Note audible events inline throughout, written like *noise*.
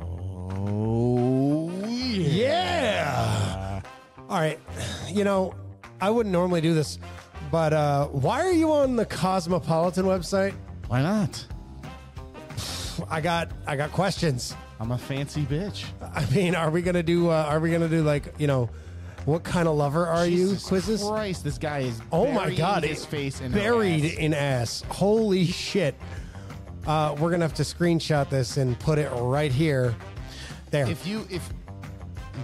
Oh, you know, I wouldn't normally do this, but uh, why are you on the Cosmopolitan website? Why not? I got I got questions. I'm a fancy bitch. I mean, are we gonna do? Uh, are we gonna do like you know, what kind of lover are Jesus you quizzes? Christ, this guy is. Oh my burying god, his it's face in her buried ass. in ass. Holy shit! Uh, we're gonna have to screenshot this and put it right here. There. If you if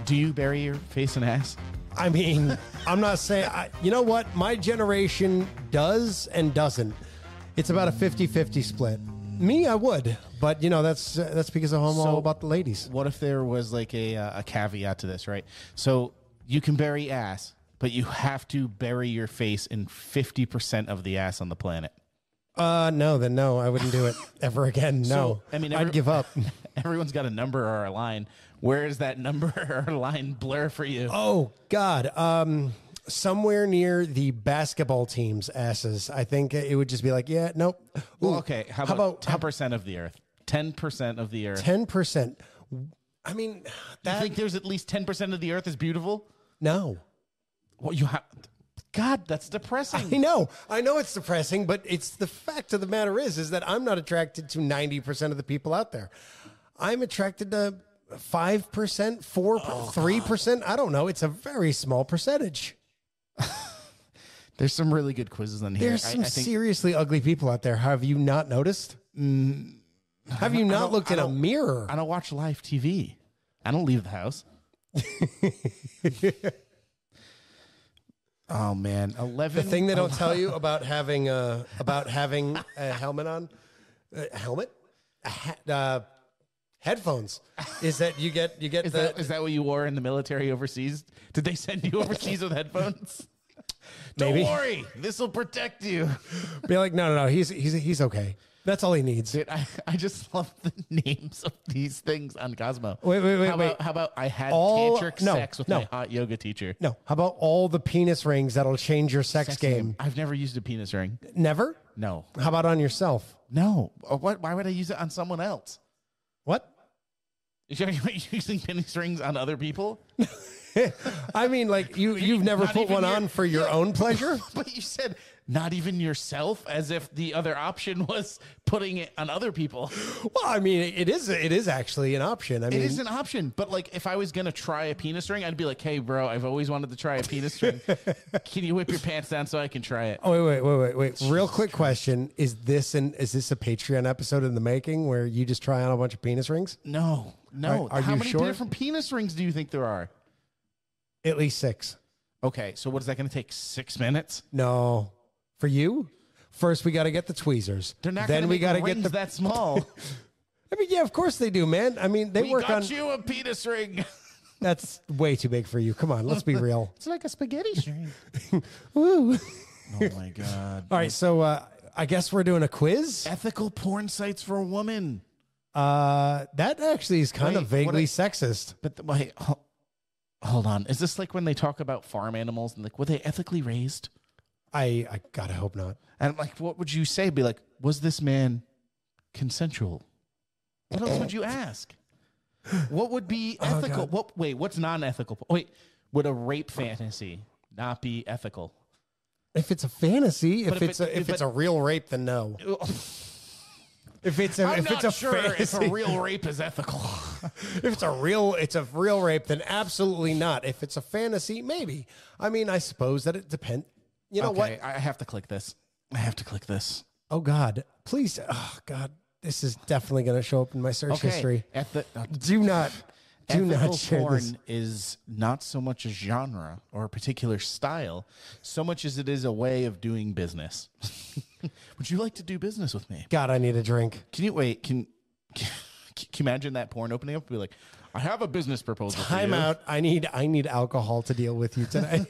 do you bury your face in ass? I mean, I'm not saying, I, you know what? My generation does and doesn't. It's about a 50 50 split. Me, I would, but you know, that's uh, that's because I'm all So- about the ladies. What if there was like a uh, a caveat to this, right? So you can bury ass, but you have to bury your face in fifty percent of the ass on the planet. *laughs* Uh, no, then no, I wouldn't do it ever again. No, So, I mean, every- I'd give up. Everyone's got a number or a line. Where is that number *laughs* or line blur for you? Oh God. Um, somewhere near the basketball team's asses, I think it would just be like, yeah, nope. Ooh, well, okay. How about how ten percent of the Earth? Ten percent of the Earth. 10%? I mean, I that think there's at least ten percent of the Earth is beautiful. no. What you have? God, that's depressing. I know, I know it's depressing, but it's the fact of the matter is, is that I'm not attracted to 90% of the people out there. I'm attracted to 5%, 4 Oh, 3%. I don't know. It's a very small percentage. *laughs* There's some really good quizzes on here. There's I- some I think- seriously ugly people out there. Have you not noticed? Have you not don't- looked Mm. I in a don't- mirror? I don't watch live TV. I don't leave the *laughs* house. oh man, eleven. the thing they don't *laughs* tell you about having a about having a helmet on, a helmet, a hat, uh, headphones, is that you get you get Is the, that is that what you wore in the military overseas? Did they send you overseas with headphones? *laughs* Maybe. Don't worry, this will protect you. Be like, no, no, no. He's he's he's okay. That's all he needs. Dude, I, *laughs* I just love the *laughs* names of these things on Cosmo. Wait, wait, wait, how wait. About, how about I had All- tantric no, sex with no. my hot yoga teacher? No, how about all the penis rings that'll change your sex, game? I've never used a penis ring. Never. No, How about on yourself? no. Uh, What? Why would I use it on someone else? What? You're *laughs* using penis rings on other people, *laughs* *laughs* I mean, like you you've never Not put even one your- on for your own pleasure. *laughs* but you said not even yourself, as if the other option *laughs* was putting it on other people. Well, I mean, it is it is actually an option. I mean, It is an option, but like if I was gonna try a penis ring, I'd be like, "Hey, bro, I've always wanted to try a penis ring. *laughs* Can you whip your pants down so I can try it?" Oh, wait, wait, wait, wait, wait. Real quick question: Is this an is this a Patreon episode in the making where you just try on a bunch of penis rings? No, no. Are- are How you many sure? different penis rings do you think there are? At least six. Okay, so what is that going to take? Six minutes? No, for you. First, we got to get the tweezers. They're not. Then gonna we got to get the. that *laughs* small. I mean, yeah, of course they do, man. I mean, they we work got on. you a penis ring. *laughs* That's way too big for you. Come on, let's be real. It's like a *laughs* spaghetti string. Woo. oh my god! All right, so uh, I guess we're doing a quiz. Ethical porn sites for women. Uh, that actually is kind of Wait, what vaguely I- sexist. But the, wait, ho- hold on. Is this like when they talk about farm animals and like were they ethically raised? I I gotta hope not. And like, what would you say? Be like, was this man consensual? What else would you ask? What would be Oh, ethical? what wait? What's non-ethical? Wait, would a rape fantasy not be ethical? If it's a fantasy, if, if it's it- a, if but- it's a real rape, then no. If it's a, I'm if not it's a sure fantasy, if a real rape is ethical. *laughs* if it's a real it's a real rape, then absolutely not. If it's a fantasy, maybe. I mean, I suppose that it depends. You know what? okay, I I have to click this. I have to click this. Oh God, please! Oh God, this is definitely going to show up in my search history. At the, uh, Do not, do ethical not share porn this. is not so much a genre or a particular style, so much as it is a way of doing business. *laughs* Would you like to do business with me? God, I need a drink. Can you wait? Can can, can you imagine that porn opening up? Be like, I have a business proposal. for Time you." out. I need I need alcohol to deal with you today.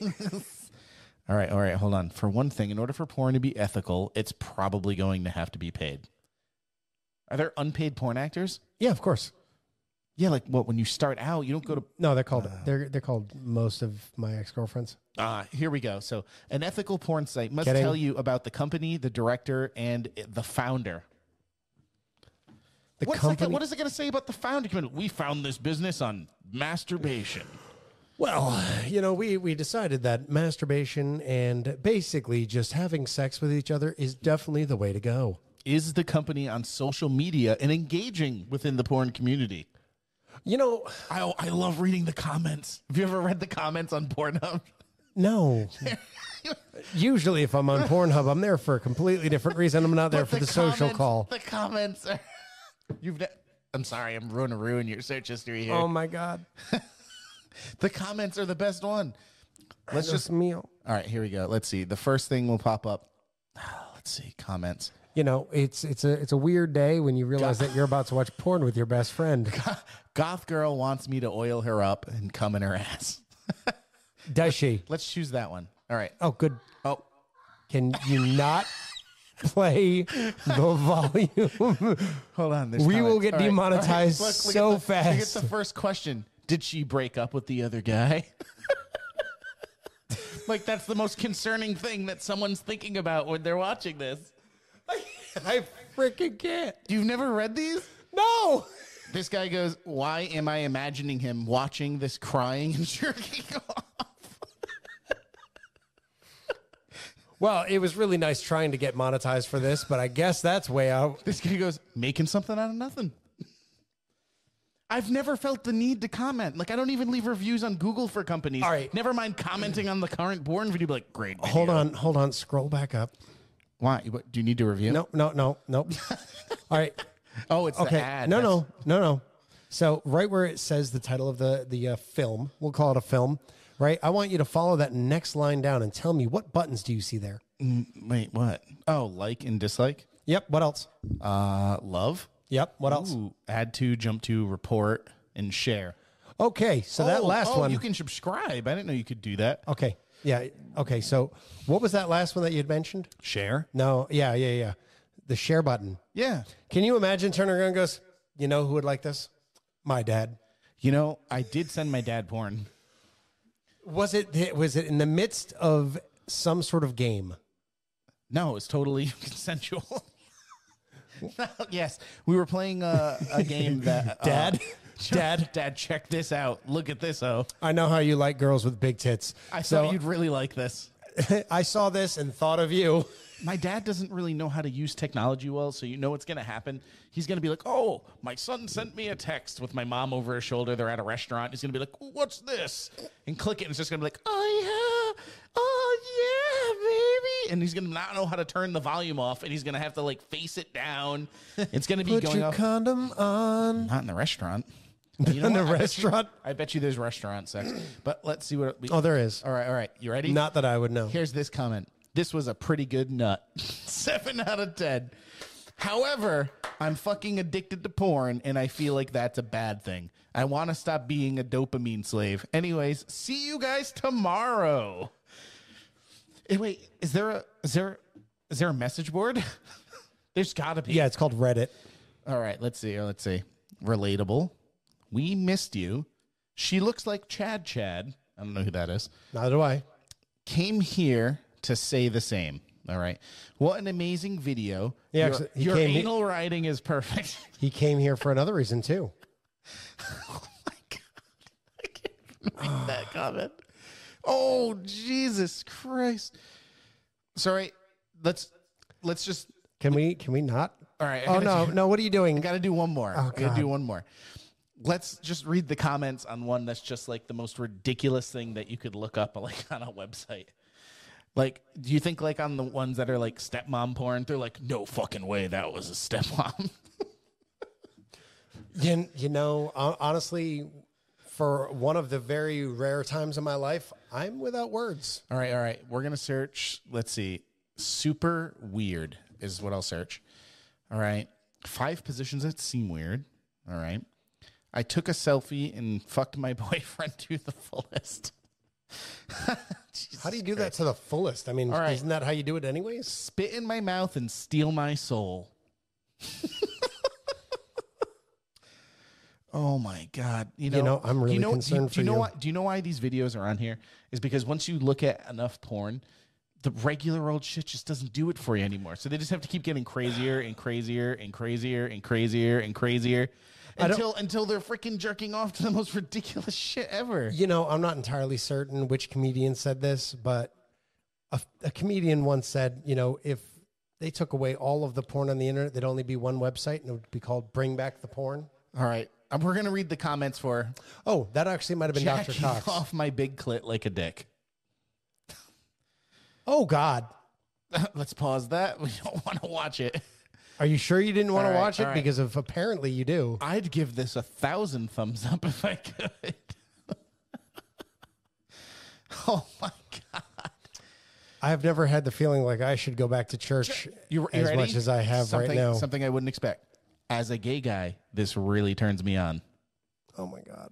All right, all right, hold on. For one thing, in order for porn to be ethical, it's probably going to have to be paid. Are there unpaid porn actors? *laughs* yeah, of course. Yeah, like what? When you start out, you don't go to No, they're called they're they're called most of my ex girlfriends. Ah, here we go. So, an ethical porn site must Kidding. tell you about the company, the director, and the founder. The What's that- company. what is it going to say about the founder? Come in, We found this business on masturbation. Well, you know, we, we decided that masturbation and basically just having sex with each other is definitely the way to go. Is the company on social media and engaging within the porn community? You know, I, I love reading the comments. Have you ever read the comments on Pornhub? *laughs* no. Usually, if I'm on Pornhub, I'm there for a completely different reason. I'm not *laughs* there for the, social comments- call. The comments are. *laughs* You've. Ne- I'm sorry, I'm going to ruin your search history here. Oh my God. the comments are the best one. Let's just. meal. All right, here we go. Let's see. The first thing will pop up. Ah, Let's see. Comments. You know, it's it's a it's a weird day when you realize that you're about to watch porn with your best friend. Goth girl wants me to oil her up and cum in her ass. *laughs* Does she? Let's choose that one. All right. Oh, good. Oh, Can you not play *laughs* the volume? hold on. There's We comments. will get All right, all right. demonetized at so the- Look fast. at the first question. Did she break up with the other guy? *laughs* like that's the most concerning thing that someone's thinking about when they're watching this. *laughs* I freaking can't. You've never read these? No. This guy goes, "Why am I imagining him watching this crying and *laughs* jerking off?" Well, it was really nice trying to get monetized for this, but I guess that's way out. This guy goes, making something out of nothing. I've never felt the need to comment. Like I don't even leave reviews on Google for companies. All right. Never mind commenting on the current born video. Be Like great. Video. Hold on, hold on. Scroll back up. Why? What, do you need to review? No, no, no, no. *laughs* All right. Oh, it's Okay. the ad. No, That's- no, no, no. So right where it says the title of the the uh, film, we'll call it a film, right? I want you to follow that next line down and tell me what buttons do you see there? Wait, what? Oh, like and dislike. Yep. What else? Uh, love. Yep. What else? Ooh, add to, jump to, report, and share. Okay. So that Oh, last oh, one. you can subscribe. I didn't know you could do that. okay. Yeah. Okay. So what was that last one that you had mentioned? Share. No. Yeah. Yeah. Yeah. The share button. Yeah. Can you imagine turning around and goes, you know who would like this? My dad. You know, I did send my dad porn. Was it was it in the midst of some sort of game? No, it's totally *laughs* consensual. yes, we were playing uh, a *laughs* game that uh, Dad? dad, dad, check this out. Look at this. Oh, I know how you like girls with big tits. I so thought you'd really like this. *laughs* I saw this and thought of *laughs* you. My dad doesn't really know how to use technology well, so you know what's going to happen. He's going to be like, "Oh, my son sent me a text with my mom over his shoulder. They're at a restaurant." He's going to be like, "What's this?" And click it, and it's just going to be like, "Oh yeah, oh yeah, baby." And he's going to not know how to turn the volume off, and he's going to have to like face it *laughs* down. It's going to be going off. condom on. Not in the restaurant. You In *laughs* the what? I bet restaurant? you- I bet you there's restaurant sex. But let's see what. We, Oh, there is. All right, all right. You ready? Not that I would know. Here's this comment. This was a pretty good nut. *laughs* Seven out of ten. However, I'm fucking addicted to porn, and I feel like that's a bad thing. I want to stop being a dopamine slave. Anyways, see you guys tomorrow. Eh, wait, is there a is there is there a message board? *laughs* There's gotta be. Yeah, it's called Reddit. All right, let's see. here, Let's see. Relatable. We missed you. She looks like Chad Chad. I don't know who that is. Neither do I. Came here to say the same. All right. What an amazing video. He your actually- he your came- anal writing is perfect. *laughs* Oh He came here for another reason too. my God. *laughs* I can't *sighs* read that comment. Oh, Jesus Christ. Sorry. Let's let's just Can we? Can we not? all right. I Oh gotta *laughs* no, no. What are you doing? Got to do one more. Oh, Got God. to do one more. Let's just read the comments on one that's just like the most ridiculous thing that you could look up *laughs* like on a website. Like, do you think like on the ones that are like stepmom porn, they're like, no fucking way, that was a stepmom. *laughs* You, you know, hon- honestly, for one of the very rare times in my life, I'm without words. all right, all right, we're gonna search. Let's see, super weird is what I'll search. All right, five positions that seem weird. All right, I took a selfie and fucked my *laughs* boyfriend to the fullest. How do you do that to the fullest? I mean, right. isn't that how you do it, anyways? spit in my mouth and steal my soul. *laughs* oh my god! You know, know, I'm really do, concerned for do you know you. why? Do you know why these videos are on here? Is because once you look at enough porn, the regular old shit just doesn't do it for you anymore. So they just have to keep getting crazier and crazier and crazier and crazier and crazier. don't- until until they're freaking jerking off to the most ridiculous shit ever. You know, I'm not entirely certain which comedian said this, but a, a comedian once said, you know, if they took away all of the porn on the internet, there'd only be one website and it would be called Bring Back the Porn. All right, um, we're gonna read the comments for Oh, that actually might have been Dr. jacking Cox. off my big clit like a dick. Oh, God. *laughs* Let's pause that. We don't *laughs* want to watch it. Are you sure you didn't want All to right, watch it? all right. Because if apparently you do. I'd give this a thousand thumbs up if I could. *laughs* oh my god! I've never had the feeling like I should go back to church You, you as ready? much as I have something, right now. Something I wouldn't expect. As a gay guy, this really turns me on. Oh, my God.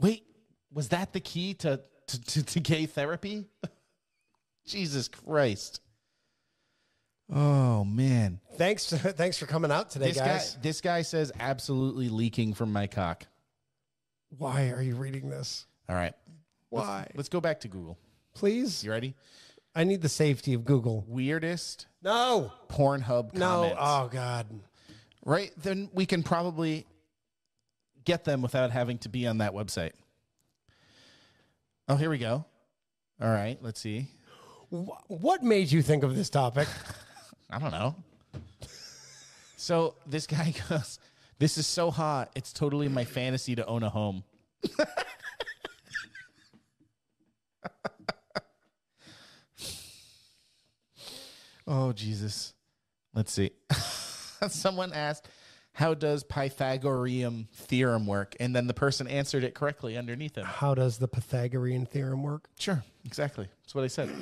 Wait, was that the key to to, to, to gay therapy? *laughs* Jesus Christ! Oh man, Thanks, *laughs* thanks for coming out today, this guys. guy this guy says absolutely leaking from my cock. Why are you reading this? All right, Why? let's go back to Google. Please? You ready? I need the safety of Google. Weirdest No. Pornhub No. comments. Oh, God. right? Then we can probably get them without having to be on that website. Oh, here we go. All right, let's see. Wh- What made you think of this topic? I don't know. So this guy *laughs* goes, This is so hot. It's totally my fantasy to own a home. *laughs* oh, Jesus. Let's see. *laughs* Someone asked, How does Pythagorean theorem work? And then the person answered it correctly underneath him. How does the Pythagorean theorem work? Sure, exactly. That's what I said. *clears throat*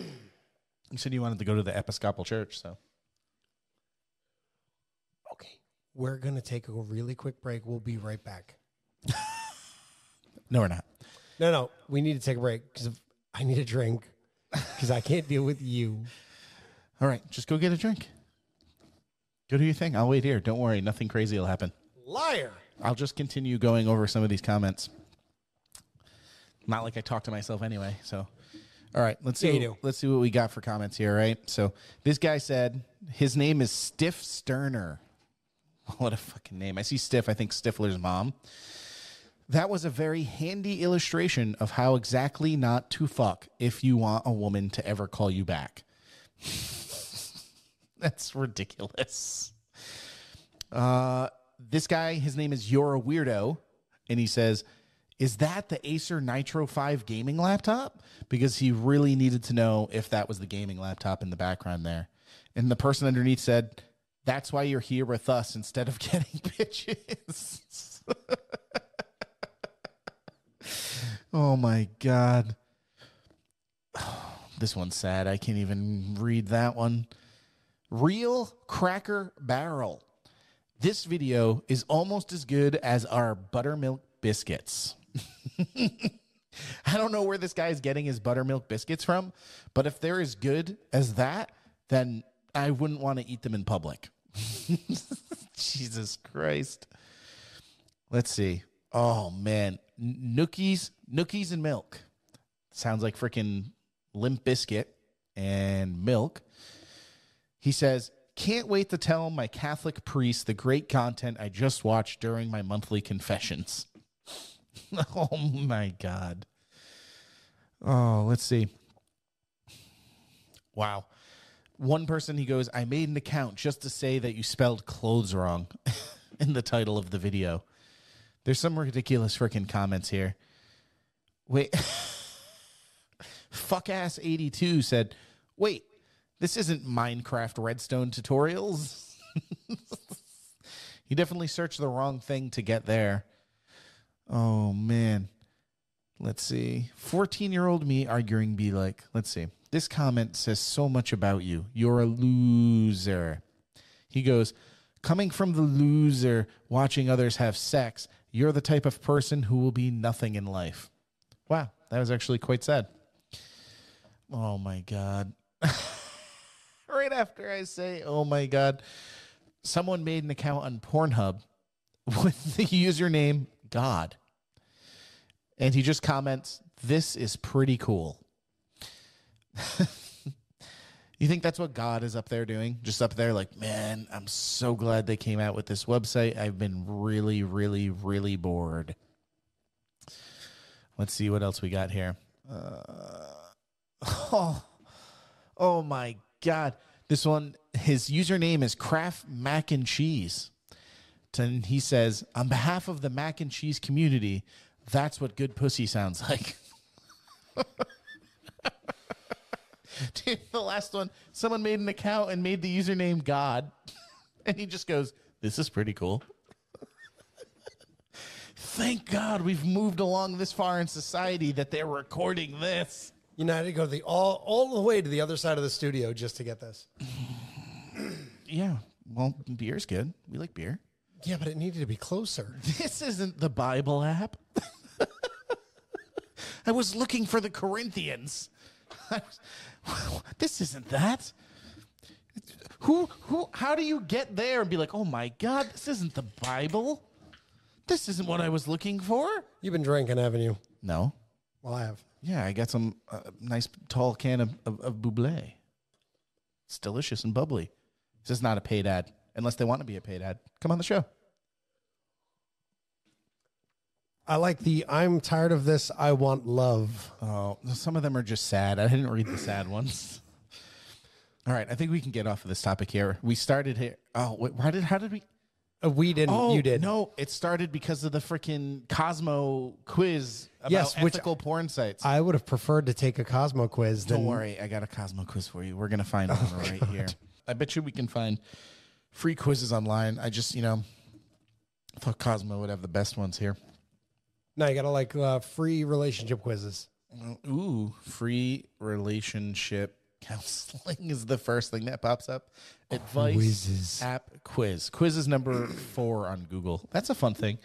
You said you wanted to go to the Episcopal Church, so. Okay. We're going to take a really quick break. We'll be right back. No, we're not. No, no. We need to take a break because I need a drink because I can't deal with you. All right, just go get a drink. Go do your thing. I'll wait here. Don't worry, nothing crazy will happen. Liar. I'll just continue going over some of these comments. Not like I talk to myself anyway. So, all right, let's see. Yeah, you what- do. let's see what we got for comments here. Right. So this guy said his name is Stiff Sterner. *laughs* What a fucking name! I see Stiff. I think Stifler's mom. That was a very handy illustration of how exactly not to fuck if you want a woman to ever call you back. *laughs* That's ridiculous Uh, this guy, his name is You're a Weirdo, and he says, Is that the Acer Nitro 5 gaming laptop? Because he really needed to know if that was the gaming laptop in the background there. And the person underneath said, That's why you're here with us instead of *laughs* getting bitches. *laughs* oh my God. *sighs* This one's sad. I can't even read that one. Real Cracker Barrel. This video is almost as good as our buttermilk biscuits. *laughs* I don't know where this guy is getting his buttermilk biscuits from, but if they're as good as that, then I wouldn't want to eat them in public. *laughs* Jesus Christ. Let's see. Oh man, N- nookies, nookies and milk. Sounds like freaking limp biscuit and milk. He says, Can't wait to tell my Catholic priest the great content I just watched during my monthly confessions. *laughs* oh my God. Oh, let's see. Wow. One person, he goes, I made an account just to say that you spelled clothes wrong *laughs* in the title of the video. There's some ridiculous freaking comments here. Wait. *laughs* Fuck ass 82 said, Wait, this isn't Minecraft redstone tutorials. *laughs* you definitely searched the wrong thing to get there. Oh, man. Let's see. 14 year old me arguing, be like, let's see. This comment says so much about you. You're a loser. He goes, Coming from the loser watching others have sex, you're the type of person who will be nothing in life. Wow, that was actually quite sad. Oh my God. *laughs* right after I say, oh my God, someone made an account on Pornhub *laughs* with the username God. And he just comments, this is pretty cool. *laughs* You think that's what God is up there doing? Just up there, like, man, I'm so glad they came out with this website. I've been really, really, really bored. Let's see what else we got here. Oh, oh my God. This one, his username is Kraft Mac and Cheese. And he says, on behalf of the mac and cheese community, that's what good pussy sounds *laughs* like. Dude, the last one, someone made an account and made the username God. *laughs* And he just goes, this is pretty cool. *laughs* Thank God we've moved along this far in society that they're recording this. You know, I had to go to the all all the way to the other side of the studio just to get this. Yeah. Well, beer's good. We like beer. *laughs* Yeah, but it needed to be closer. This isn't the Bible app. *laughs* I was looking for the Corinthians. *laughs* this isn't that. Who who how do you get there and be like, "Oh my god, this isn't the Bible. This isn't what I was looking for?" You've been drinking, haven't you? No. Well, I have. Yeah, I got some uh, nice tall can of, of, of buble. It's delicious and bubbly. This is not a paid ad, unless they want to be a paid ad. Come on the show. I like the I'm tired of this, I want love. Oh, some of them are just sad. I didn't read the sad ones. All right, I think we can get off of this topic here. We started here. Oh, wait, why did how did we? Uh, we didn't, Oh, you did. No, it started because of the freaking Cosmo quiz about Yes, which- ethical porn sites. I would have preferred to take a Cosmo quiz Don't than worry, I got a Cosmo quiz for you. We're gonna find one right here. I bet you we can find free quizzes online. I just, you know, thought Cosmo would have the best ones here. No, you got to like uh, free relationship quizzes. Ooh, free relationship counseling *laughs* is the first thing that pops up. Advice Quizzes. app quiz. Quiz is number four on Google. That's a fun thing.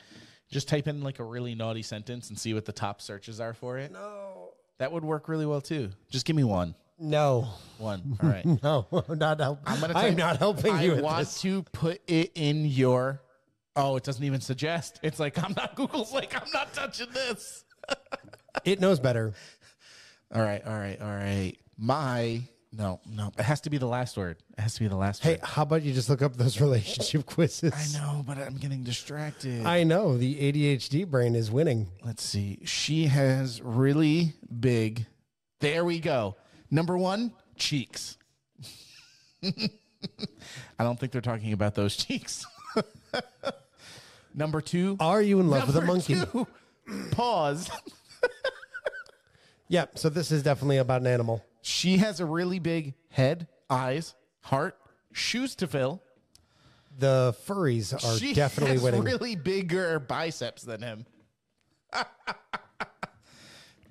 Just type in like a really naughty sentence and see what the top searches are for it. No. That would work really well too. Just give me one. No. *laughs* One. All right. No, I'm not help- I'm, gonna type- not helping I you with want this. to put it in your. Oh, it doesn't even suggest. It's like I'm not Google's. Like I'm not touching this. It knows better. All right, all right, all right. My no, no. It has to be the last word. It has to be the last Hey, word. how about you just look up those *laughs* relationship quizzes? I know, but I'm getting distracted. I know the ADHD brain is winning. Let's see. She has really big. There we go. Number one, cheeks. *laughs* I don't think they're talking about those *laughs* cheeks. Number two, Are you in love with a number monkey? two, pause. Yeah, so this is definitely about an animal. *laughs* She has a really big head, eyes, heart, shoes to fill. The furries are she definitely has winning. really bigger biceps than him. *laughs*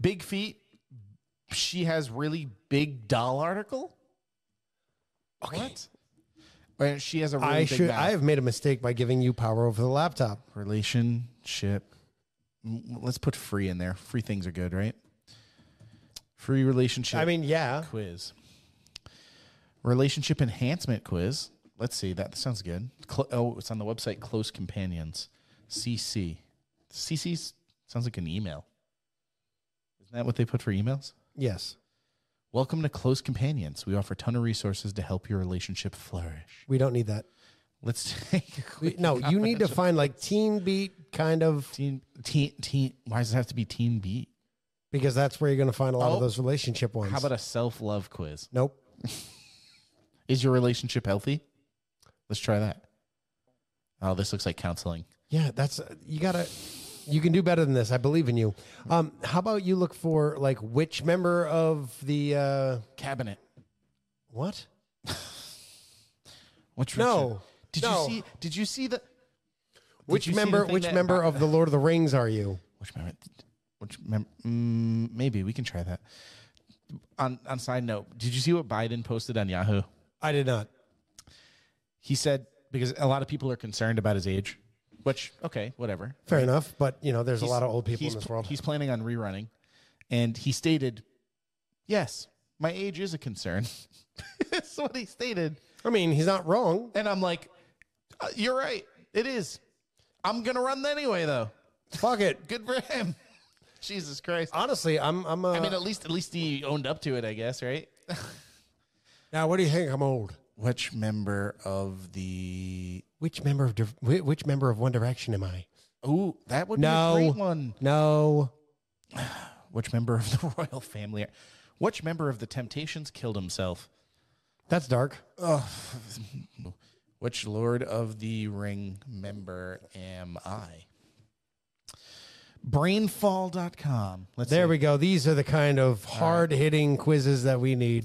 big feet. She has really big doll article. What? And she has a really I big should. mouth. I have made a mistake by giving you power over the laptop. relationship. M- Let's put free in there. Free things are good, right? Free relationship I mean, yeah, quiz. Relationship enhancement quiz. Let's see. That sounds good. Cl- oh, it's on the website Close Companions. CC. CC 's- sounds like an email. Isn't that what they put for emails? yes. Welcome to Close Companions. We offer a ton of resources to help your relationship flourish. We don't need that. Let's *laughs* take a We- quick no, you *laughs* need to find like teen beat kind of teen, teen, teen. Why does it have to be teen beat? because that's where you're going to find a lot Oh. of those relationship ones. How about a self love quiz? nope? Is your relationship healthy? Let's try that. Oh, this looks like counseling. Yeah, that's you gotta. You can do better than this. I believe in you. Um, how about you look for like which member of the uh, Cabinet. what? Which No. Did No. you see? Did you see the? did Which you see member? the thing Which that- member of the Lord of the Rings are you? Which member? Which member? Mm, maybe we can try that. On on side note, did you see what Biden posted on Yahoo? I did not. He said because a lot of people are concerned about his age, which okay, whatever. Fair enough, but you know, there's a He's- lot of old people he's in this pl- world. He's planning on rerunning, and he stated, "Yes, my age is a concern." *laughs* That's what he stated, I mean, he's not wrong. and I'm like, uh, "You're right. It is. I'm gonna run anyway, though." Fuck it. Good for him. *laughs* Jesus Christ. Honestly, I'm. I'm. Uh, I mean, at least at least he owned up to it, I guess, right? Now, what do you think? I'm old. Which member of the? Which member of Div- whi- which member of One Direction am I? Oh, that would No. be a great one. No. Which member of the *laughs* royal family? Which member of the Temptations killed himself? That's dark. Which Lord of the Ring member am I? Brainfall.com. Let's There see. we go. These are the kind of hard hitting quizzes that we need.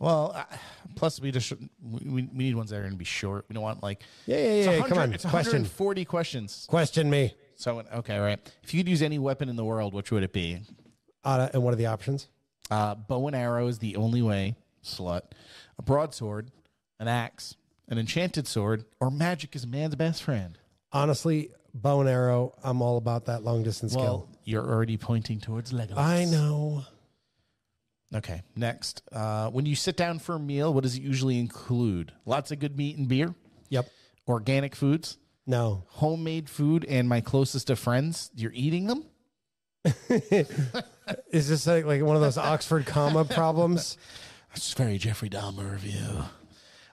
Well, uh, plus we just we, we we need ones that are going to be short. We don't want like Yeah, yeah, It's yeah, 100 come on. It's Question. 140 questions. Question me. So okay, all right. If you could use any weapon in the world, which would it be? Uh, and what are the options? Uh, bow and arrow is the only way. Slut. A broadsword, an axe, an enchanted sword, or magic is man's best friend. Honestly, bow and arrow. I'm all about that long distance Well, you're already pointing towards Legolas. kill. I know. Okay, next. Uh, when you sit down for a meal, what does it usually include? Lots of good meat and beer, Yep. organic foods, No. homemade food, and my closest of friends. You're eating them? Is this like, like one of those Oxford comma problems? It's very Jeffrey Dahmer of you.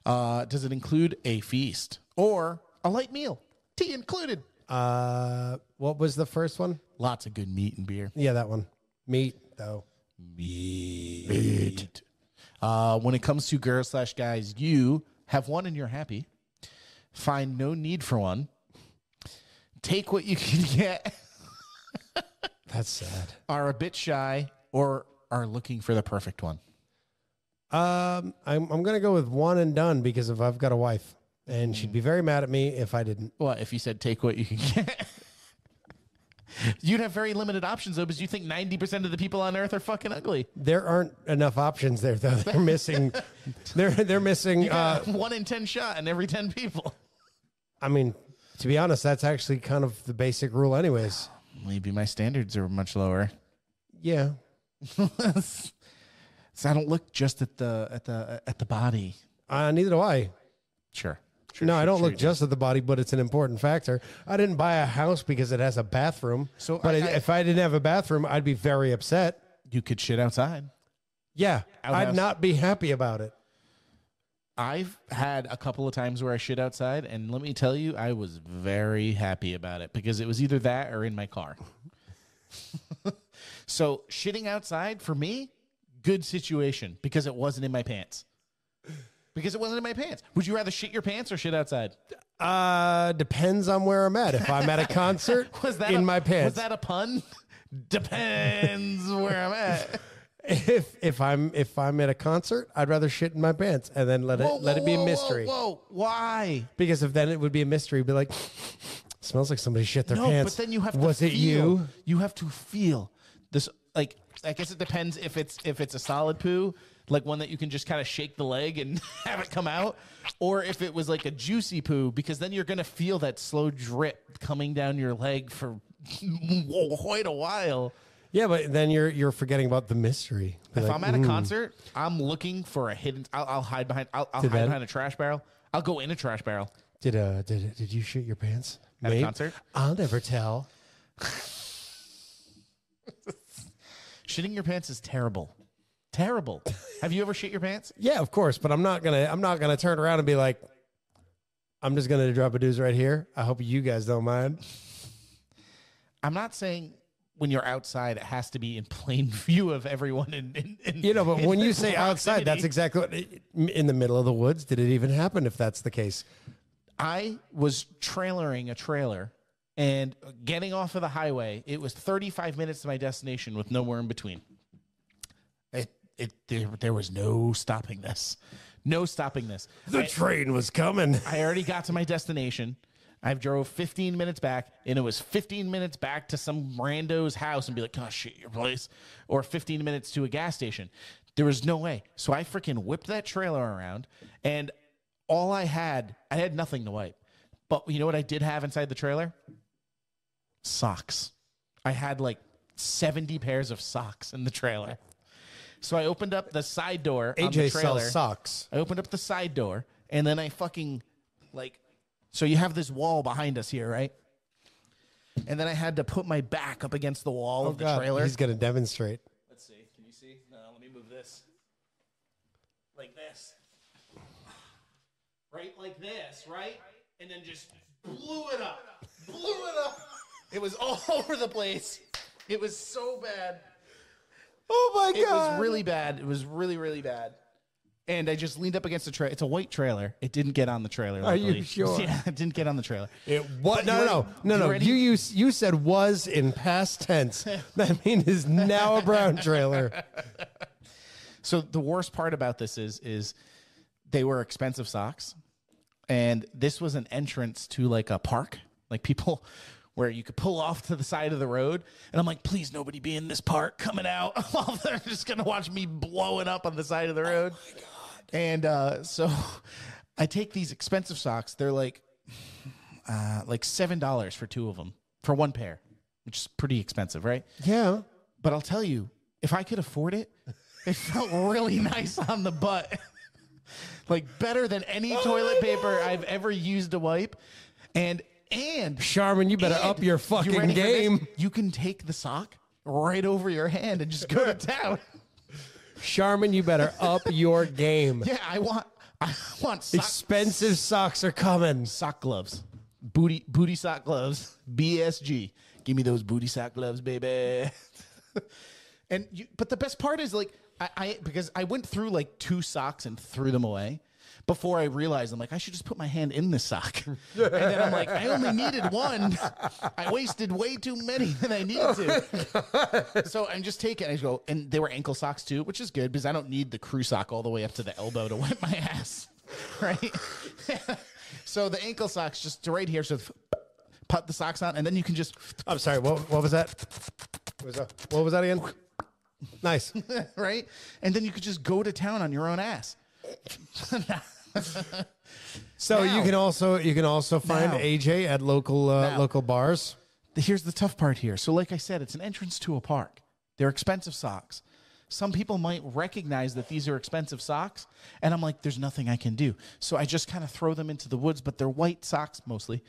Uh, does it include a feast or a light meal? Tea included. Uh, what was the first one? Lots of good meat and beer. Yeah, that one. Meat, though. Meat. Uh, when it comes to girls slash guys, you have one and you're happy. Find no need for one. Take what you can *laughs* get. That's sad. Are a bit shy or are looking for the perfect one. Um, I'm I'm gonna go with one and done because if I've got a wife, and she'd be very mad at me if I didn't. Well, if you said take what you can get, you'd have very limited options though, because you think ninety percent of the people on Earth are fucking ugly. There aren't enough options there though. *laughs* They're missing. they're they're missing. Uh, One in ten shot in every ten people. I mean, to be honest, that's actually kind of the basic rule, anyways. Maybe my standards are much lower. *laughs* Yeah. so I don't look just at the at the at the body. Uh, neither do I. Sure. Sure. No, I don't look just at the body, but it's an important factor. I didn't buy a house because it has a bathroom. So but I- I- I- if I didn't have a bathroom, I'd be very upset. You could shit outside. Yeah, I'd Outhouse. not be happy about it. I've had a couple of times where I shit outside, and let me tell you, I was very happy about it because it was either that or in my car. *laughs* so shitting outside for me, good situation because it wasn't in my pants. Because it wasn't in my pants. Would you rather shit your pants or shit outside? Uh, depends on where I'm at. If I'm at a concert, *laughs* Was that in a- my pants? Was that a pun? *laughs* Depends where I'm at. if if I'm if I'm at a concert, I'd rather shit in my pants and then let it Whoa, *laughs* let it be whoa, a whoa, mystery. Whoa, whoa. why? Because if then it would be a mystery, be like, smells like somebody shit their No, pants. but then you have to was feel. it you? You have to feel this. Like I guess it depends if it's if it's a solid poo, like one that you can just kind of shake the leg and *laughs* have it come out, or if it was like a juicy poo, because then you're gonna feel that slow drip coming down your leg for *laughs* quite a while. Yeah, but then you're you're forgetting about the mystery. Be If like, mm. I'm at a concert, I'm looking for a hidden. I'll, I'll hide behind. I'll, I'll hide that- behind a trash barrel. I'll go in a trash barrel. did uh did did you shit your pants a Maybe. concert? I'll never tell. Shitting your pants is terrible. *laughs* Terrible. Have you ever shit your pants? Yeah, of course, but I'm not gonna I'm not gonna turn around and be like, I'm just gonna drop a deuce right here. I hope you guys don't mind. I'm not saying when you're outside, it has to be in *laughs* plain view of everyone. In, in, in You *laughs* know, but in when you the say outside, that's proximity. exactly what, in the middle of the woods. Did it even happen? If that's the case, I was trailering a trailer and getting off of the highway. It was 35 minutes to my destination with nowhere in between. It, it there, there was no stopping this, no stopping this. the train was coming. I already got to my destination. I drove 15 minutes back, and it was 15 minutes back to some rando's house and be like, "Can I shit your place?" Or 15 minutes to a gas station. There was no way. So I freaking whipped that trailer around, and all I had, I had nothing to wipe. But you know what I did have inside the trailer? Socks. I had like 70 pairs of socks in the trailer. So I opened up the side door. on the AJ trailer. sells socks. I opened up the side door and then I fucking like so you have this wall behind us here, right? And then I had to put my back up against the wall of the God, trailer. He's gonna demonstrate. Let's see. Can you see? No, let me move this. like this, right, like this, right, and then just blew it up, blew it up. It was all *laughs* over the place. It was so bad. Oh my It god! was really bad. It was really, really bad. And I just leaned up against the trailer. It's a white trailer. It didn't get on the trailer. Are you luckily. *laughs* sure? Yeah, it didn't get on the trailer. It was no, no, no, you no, no. ready? You, you you said was in *laughs* past tense. That means is now a brown trailer. So the worst part about this is is they were expensive socks, and this was an entrance to like a park, like people *laughs* where you could pull off to the side of the road. And I'm like, please nobody be in this park coming out. *laughs* While They're just gonna watch me blowing up on the side of the road. And uh, so *laughs* I take these expensive socks. They're like *sighs* uh, like seven dollars for two of them for one pair, which is pretty expensive, right? Yeah. But I'll tell you, if I could afford it, it felt really *laughs* nice on the butt. *laughs* like better than any Oh toilet paper I've ever used to wipe. And and Charmin, you better and- up your you fucking ready for this? game. You can take the sock right over your hand and just *laughs* go to town. Charmin, you better up your game. Yeah, I want I want sock, Expensive socks are coming. sock gloves. Booty booty sock gloves. BSG. Give me those booty sock gloves, baby. *laughs* and you, but the best part is like I, I because I went through like two socks and threw them away before I realized I'm like I should just put my hand in this sock. *laughs* and then I'm like I only needed one. *laughs* I wasted way too many than I needed to. so I'm just taking I just go and they were ankle socks too, which is good because I don't need the crew sock all the way up to the elbow to *laughs* wet my ass, right? *laughs* so the ankle socks just right here so put the socks on and then you can just *laughs* I'm sorry. What, what was that? What was that? What was that again? *laughs* Nice. right? And then you could just go to town on your own ass. *laughs* So you Now. can also you can also find Now. AJ at local uh, Now. local bars. Here's the tough part here. So, like I said, it's an entrance to a park. They're expensive socks. Some people might recognize that these are expensive socks, and I'm like, there's nothing I can do. So I just kind of throw them into the woods, but they're white socks mostly,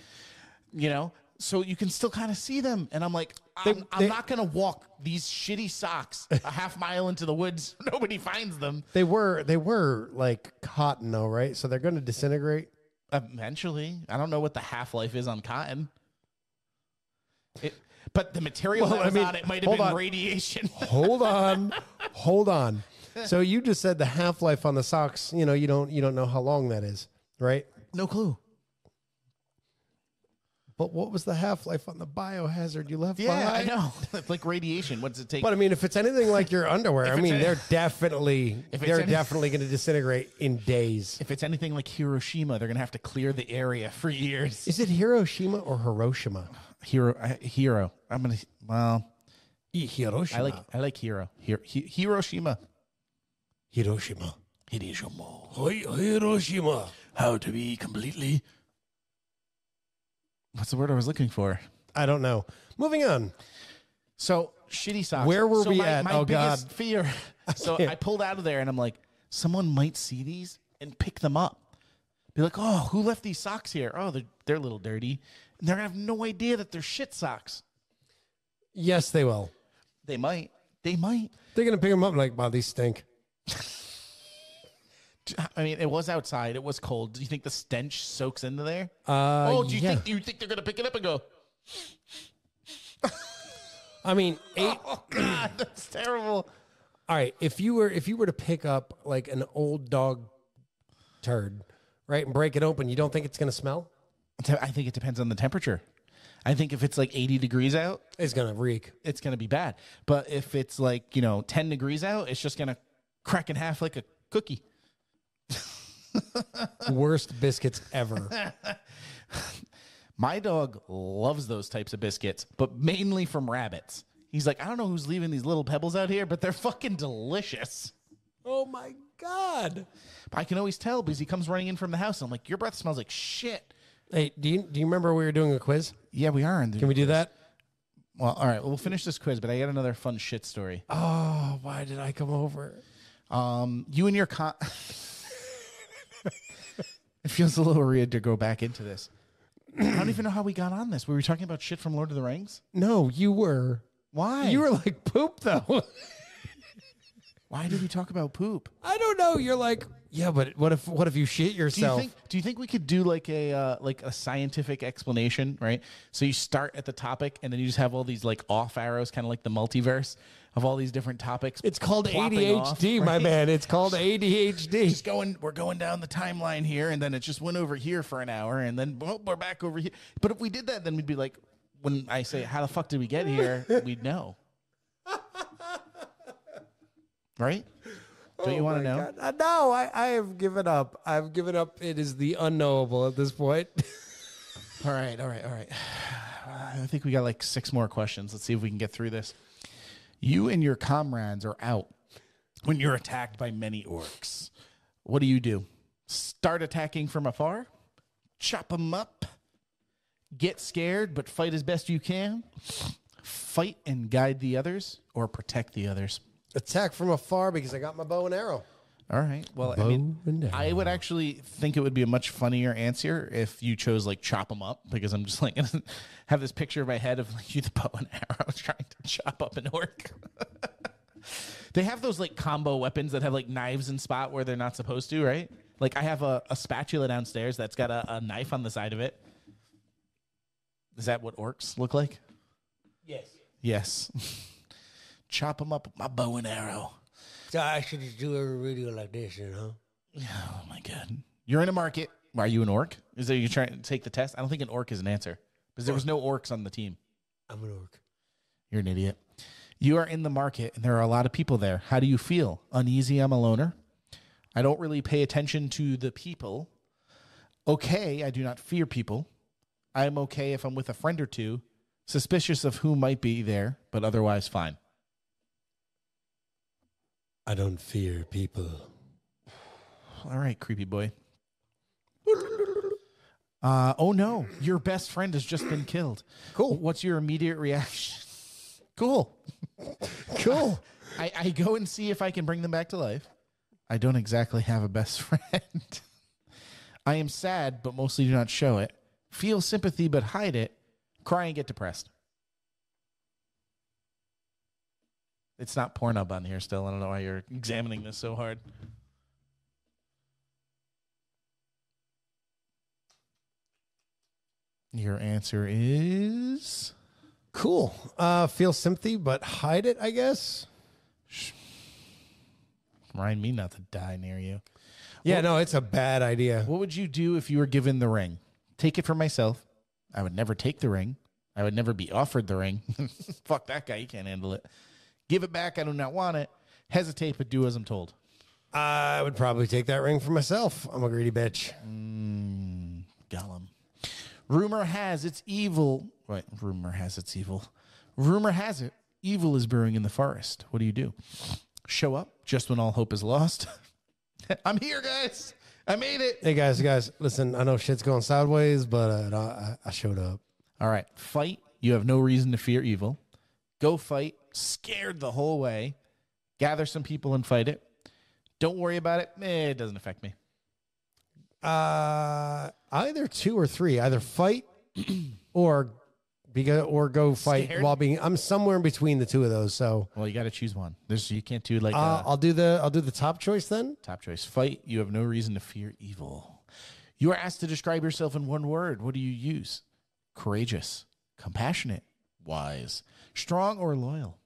you know? So you can still kind of see them. And I'm like, I'm, they- I'm not going to walk these shitty socks a half mile into the woods. *laughs* Nobody finds them. They were they were like cotton though, right? So they're going to disintegrate. Eventually, I don't know what the half life is on cotton. It, but the material Well, that I was mean, on it might have hold been on. radiation. Hold on, hold on. So you just said the half life on the socks. You know you don't you don't know how long that is, right? no clue. But what was the half life on the biohazard you left Yeah, I *laughs* behind? know. It's like radiation. What does it take? But I mean, if it's anything like your underwear, I mean, any- they're definitely *laughs* If it's they're any- definitely going to disintegrate in days. if it's anything like Hiroshima, they're gonna have to clear the area for years. Is it Hiroshima or Hiroshima? *laughs* Hero, I, hero. I'm gonna. Well, Hiroshima. I like I like hero. Hero Hi- Hiroshima. Hiroshima. Hiroshima. Hiroshima. How to be completely. What's the word I was looking for? I don't know. Moving on. So shitty socks. Where were So we my, at? My Oh, biggest God. fear. *laughs* *laughs* So can't. I pulled out of there and I'm like, someone might see these and pick them up. Be like, oh, who left these socks here? Oh, they're they're a little dirty. And they're gonna have no idea that they're shit socks. Yes, they will. They might. They might. They're going to pick them up and like, wow, these stink. I mean, it was outside. It was cold. Do you think the stench soaks into there? Uh, oh, do you yeah. think do you think they're gonna pick it up and go? I *laughs* mean, eight, Oh God, that's terrible. all right. If you were if you were to pick up like an old dog turd, right, and break it open, you don't think it's going to smell? I think it depends on the temperature. I think if it's like 80 degrees out, It's going to *laughs* reek. it's gonna be bad. But if it's like you know ten degrees out, it's just gonna crack in half like a cookie. Worst biscuits ever. My dog loves those types of biscuits, but mainly from rabbits. He's like, I don't know who's leaving these little pebbles out here, but they're fucking delicious. oh my god. But I can always tell because he comes running in from the house. I'm like, your breath smells like shit. Hey, do you do you remember we were doing a quiz? Yeah, we are. In the- Can we do that? well, all right. Well, we'll finish this quiz, but I got another fun shit story. Oh, why did I come over? Um, you and your con. *laughs* it feels a little weird to go back into this. I don't even know how we got on this. We were talking about shit from Lord of the Rings. No, you were. Why? You were like poop though. Why did we talk about poop? *laughs* I don't know. You're like, yeah, but what if what if you shit Do you yourself? think do you think we could do like a uh, like a scientific explanation, right? So you start at the topic and then you just have all these like off arrows, kind of like the multiverse of all these different topics. it's called plopping ADHD, off, my right? man. It's called *laughs* ADHD. Just going, we're going down the timeline here, and then it just went over here for an hour, and then boop, we're back over here. But if we did that, then we'd be like, when I say, "How the fuck did we get here?" we'd know, right? Don't you want to know? God. Uh, No, I, I have given up. I've given up. It is the unknowable at this point. *laughs* All right, all right, all right. *sighs* I think we got like six more questions. Let's see if we can get through this. You and your comrades are out when you're attacked by many orcs. What do you do? Start attacking from afar? Chop them up? Get scared but fight as best you can? Fight and guide the others or protect the others? Attack from afar because I got my bow and arrow. All right. Well, I mean, Bow and I would actually think it would be a much funnier answer if you chose like chop them up because I'm just like *laughs* gonna have this picture in my head of like you the bow and arrow *laughs* trying to chop up an orc. *laughs* they have those like combo weapons that have like knives in spot where they're not supposed to, right? Like I have a, a spatula downstairs that's got a, a knife on the side of it. Is that what orcs look like? Yes. Yes. *laughs* chop them up with my bow and arrow. I should just do a video like this, you know? Oh my god! You're in a market. Are you an orc? Is there you trying to take the test? I don't think an orc is an answer because there was no orcs on the team. I'm an orc. You're an idiot. You are in the market and there are a lot of people there. How do you feel? Uneasy. I'm a loner. I don't really pay attention to the people. Okay, I do not fear people. I'm okay if I'm with a friend or two. Suspicious of who might be there, but otherwise fine. I don't fear people. All right, creepy boy. Uh, oh no, your best friend has just been killed. Cool. What's your immediate reaction? Cool. Cool. I, I go and see if I can bring them back to life. I don't exactly have a best *laughs* friend. I am sad, but mostly do not show it. Feel sympathy, but hide it. Cry and get depressed. It's not Pornhub on here still. I don't know why you're examining this so hard. Your answer is. *laughs* cool. Uh, feel sympathy, but hide it, I guess. Remind me not to die near you. Yeah, no, it's a bad idea. What would you do if you were given the ring? Take it for myself. I would never take the ring. I would never be offered the ring. *laughs* Fuck that guy. He can't handle it. Give it back. I do not want it. Hesitate, but do as I'm told. I would probably take that ring for myself. I'm a greedy bitch. Gollum. Rumor has it's evil. Right. Rumor has it's evil. Rumor has it evil is brewing in the forest. What do you do? Show up just when all hope is lost. *laughs* I'm here, guys. I made it. Hey, guys, guys, listen, I know shit's going sideways, but uh, I, I showed up. All right, fight. You have no reason to fear evil. Go fight, scared the whole way. Gather some people and fight it. Don't worry about it. Eh, it doesn't affect me. Uh, either two or three. Either fight *clears throat* or because or go fight Scared? while being. I'm somewhere in between the two of those. So Well, you got to choose one. There's you can't do like uh, a I'll do the I'll do the top choice then. top choice. Fight. You have no reason to fear evil. You are asked to describe yourself in one word. What do you use? Courageous, compassionate, wise, strong, or loyal?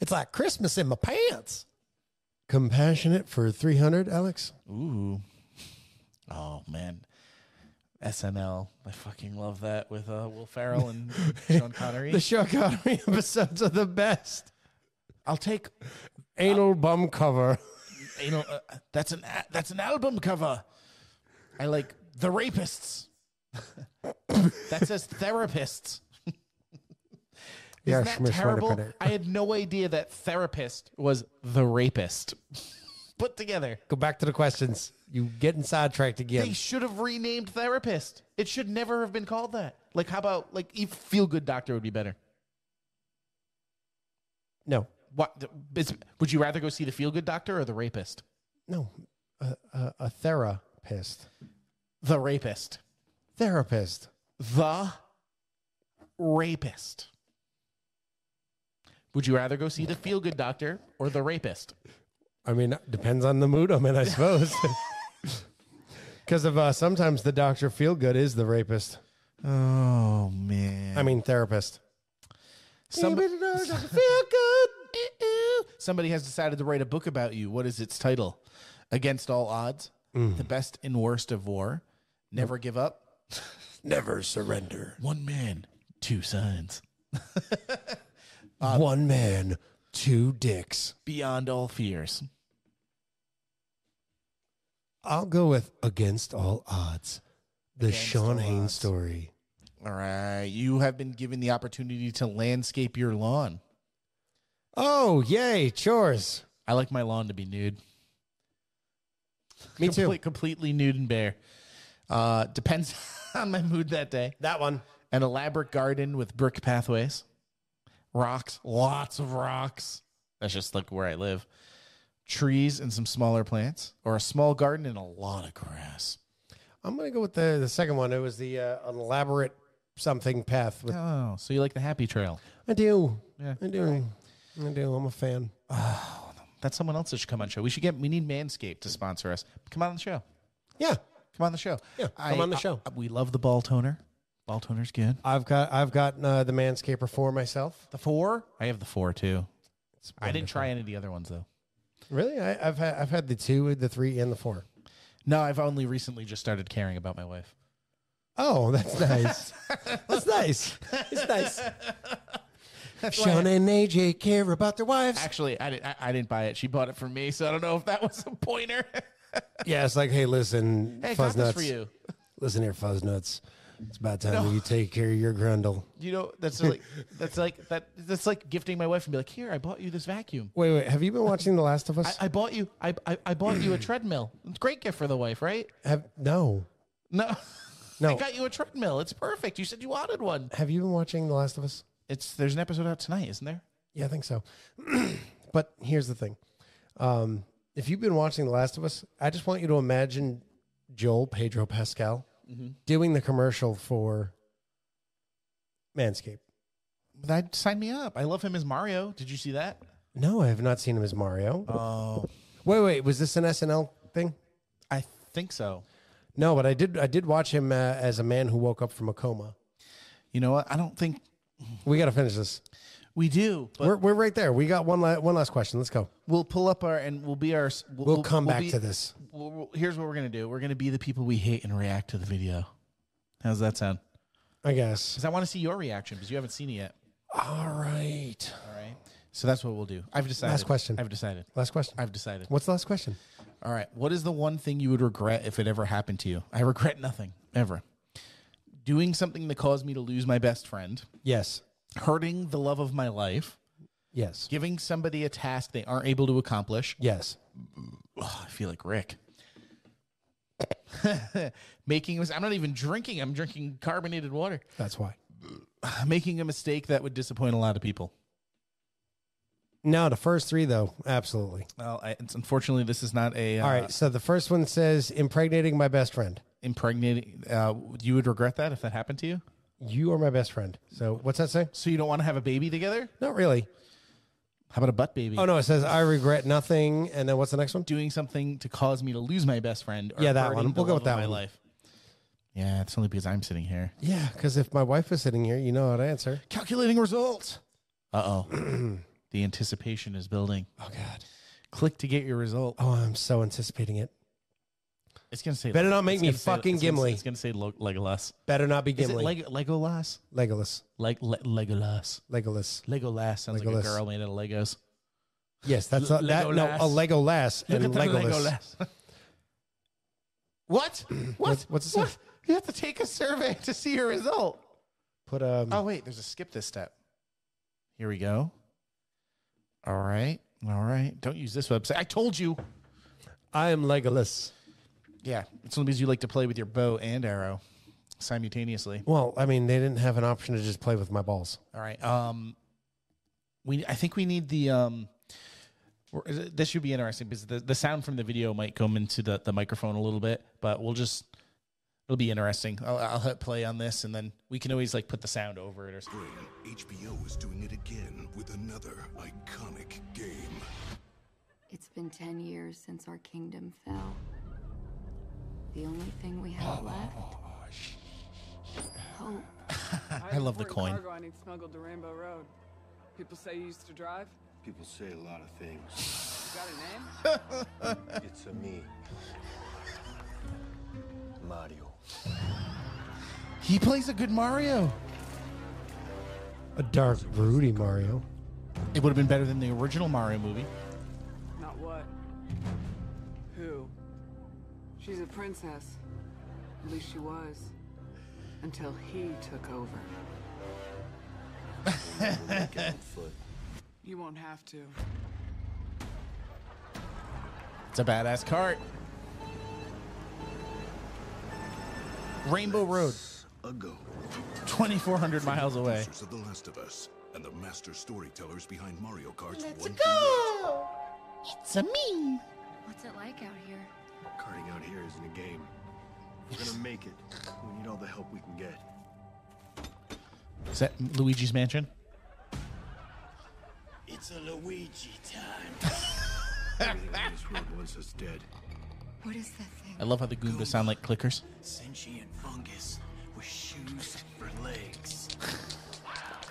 It's like Christmas in my pants. Compassionate for three hundred, Alex. Ooh. Oh man. SNL. I fucking love that with uh, Will Farrell and Sean Connery. The Sean Connery *laughs* episodes are the best. I'll take Anal bum cover. you know uh, that's an a- that's an album cover. I like The Rapists. *laughs* that says therapists. Yeah, Isn't Schmidt, that Schmidt, terrible? Schmidt. I had no idea that therapist was the rapist. *laughs* Put together. Go back to the questions. You getting sidetracked They again? should have renamed therapist. It should never have been called that. Like, how about like if feel good doctor would be better? No, What th- is, would you rather go see the feel good doctor or the rapist? no. A, a, a therapist. The rapist. Therapist. The rapist. Would you rather go see the feel good doctor or the rapist? I mean, depends on the mood I'm in, I suppose. *laughs* Because of uh, sometimes the doctor feel good is the rapist. Oh man. I mean, therapist. Some- feel good. Ew. *laughs* Somebody has decided to write a book about you. What is its title? Against all odds, the best and worst of war. Never give up. Never surrender. One man, two signs. One man, two dicks. Beyond all fears. I'll go with Against All Odds, the Against Sean All Haynes Odds. story. All right, you have been given the opportunity to landscape your lawn. Oh, yay, chores. I like my lawn to be nude. Me too. Complete, completely nude and bare. Uh, depends *laughs* on my mood that day. That one. An elaborate garden with brick pathways, rocks, lots of rocks. That's just like where I live. Trees and some smaller plants, or a small garden and a lot of grass. I'm going to go with the, the second one. It was the uh, an elaborate something path. With, Oh, so you like the happy trail? I do. Yeah. I do. I do. I'm a fan. That's someone else that should come on the show. We should get. We need Manscaped to sponsor us. Come on the show. Yeah. Come on the show. Yeah, come on the show. we love the ball toner. Ball toner's good. I've got I've got uh, the Manscaper for myself. The four? I have the four too. I didn't try any of the other ones though. Really? I, I've had I've had the two, the three, and the four. No, I've only recently just started caring about my wife. Oh, that's *laughs* nice. that's nice. It's nice. Sean and AJ care about their wives. Actually, I didn't. I, I didn't buy it. She bought it for me, so I don't know if that was a pointer. *laughs* Yeah, it's like, hey, listen, hey, I fuzz got this nuts. for you. Listen here, fuzz nuts. It's about time that you take care of your grundle. You know, that's like that's like that. That's like gifting my wife and be like, here, I bought you this vacuum. Wait, wait. Have you been watching The Last of I, Us? I bought you. I, I I bought *clears throat* you a treadmill. Great gift for the wife, right? have no, No. *laughs* I no. got you a treadmill. It's perfect. You said you wanted one. Have you been watching The Last of Us? It's there's an episode out tonight, isn't there? Yeah, I think so. *clears throat* but here's the thing: um, if you've been watching The Last of Us, I just want you to imagine Joel Pedro Pascal Mm-hmm. doing the commercial for Manscaped. That sign me up. I love him as Mario. Did you see that? No, I have not seen him as Mario. Oh, Wait, wait. Was this an SNL thing? I think so. No, but I did. I did watch him uh, as a man who woke up from a coma. You know what? I don't think We got to finish this. we do. But We're, we're right there. We got one la- one last question. Let's go. we'll pull up our and we'll be our. We'll, We'll come we'll back be- to this. we'll- we'll- here's what we're gonna do. We're gonna be the people we hate and react to the video. How's that sound? I guess. Because I want to see your reaction because you haven't seen it yet. All right. All right. So that's what we'll do. I've decided. Last question. I've decided. Last question. I've decided. What's the last question? All right. What is the one thing you would regret if it ever happened to you? I regret nothing ever. Doing something that caused me to lose my best friend, Yes. hurting the love of my life, Yes. giving somebody a task they aren't able to accomplish. Yes. Ugh, I feel like Rick. *laughs* Making I'm not even drinking. I'm drinking carbonated water. That's why. *laughs* Making a mistake that would disappoint a lot of people. No, the first three though, absolutely. Well, I, it's, unfortunately, this is not a uh, All right. So the first one says impregnating my best friend. impregnating. Uh, you would regret that if that happened to you. You are my best friend. So what's that say? So you don't want to have a baby together. Not really. How about a butt baby? Oh no, it says I regret nothing. And then what's the next one? doing something to cause me to lose my best friend. Or Yeah, that hurting one. the We'll go love with of that my one. life. Yeah, it's only because I'm sitting here Yeah, because if my wife was sitting here, you know I'd answer. calculating results. *clears throat* Uh oh, the anticipation is building. Oh God. Click to get your result. Oh, I'm so anticipating it. It's gonna say. Better not make it's me gonna say- fucking it's gonna- Gimli. It's gonna say Lo- Legolas. Better not be Is it Gimli. Leg- Legolas? Legolas. Like Le- Legolas. Legolas. Legolas sounds like Legolas. a girl made out of Legos. Yes, that's a, L- that. No, Legolas. a Legolas Look and at that Legolas. Legolas. *laughs* what? What? what's it say? what? You have to take a survey to see your result. Put um. Oh wait, there's a skip this step. Here we go. All right. All right. Don't use this website. I told you. I am Legolas. Yeah. It's only because you like to play with your bow and arrow simultaneously. Well, I mean, they didn't have an option to just play with my balls. All right. Um we I think we need the um or is it- this should be interesting because the, the sound from the video might come into the, the microphone a little bit, but we'll just It'll be interesting. I'll, I'll hit play on this, and then we can always like put the sound over it or something. spring, HBO is doing it again with another iconic game. It's been 10 years since our kingdom fell. The only thing we have left hope. I love the support coin. Cargo I need smuggled to Rainbow Road. People say you used to drive. People say a lot of things. You got *laughs* a name? It's a me. Mario. He plays a good Mario. A dark, broody Mario. It would have been better than the original Mario movie. Not what. Who? She's a princess. At least she was. Until he took over. Foot. You won't have to. It's a badass cart. Rainbow Road, Ago, 2,400 miles away. producers of The Last of Us and the master storytellers behind Mario Kart's one go. It's a me. What's it like out here? Carting out here isn't a game. If We're gonna make it. We need all the help we can get. Is that Luigi's Mansion? It's a Luigi time. Everything Ah! on this world wants us dead. What is that thing? I love how the Goombas sound like clickers. *laughs* Sentient fungus with shoes for legs. game.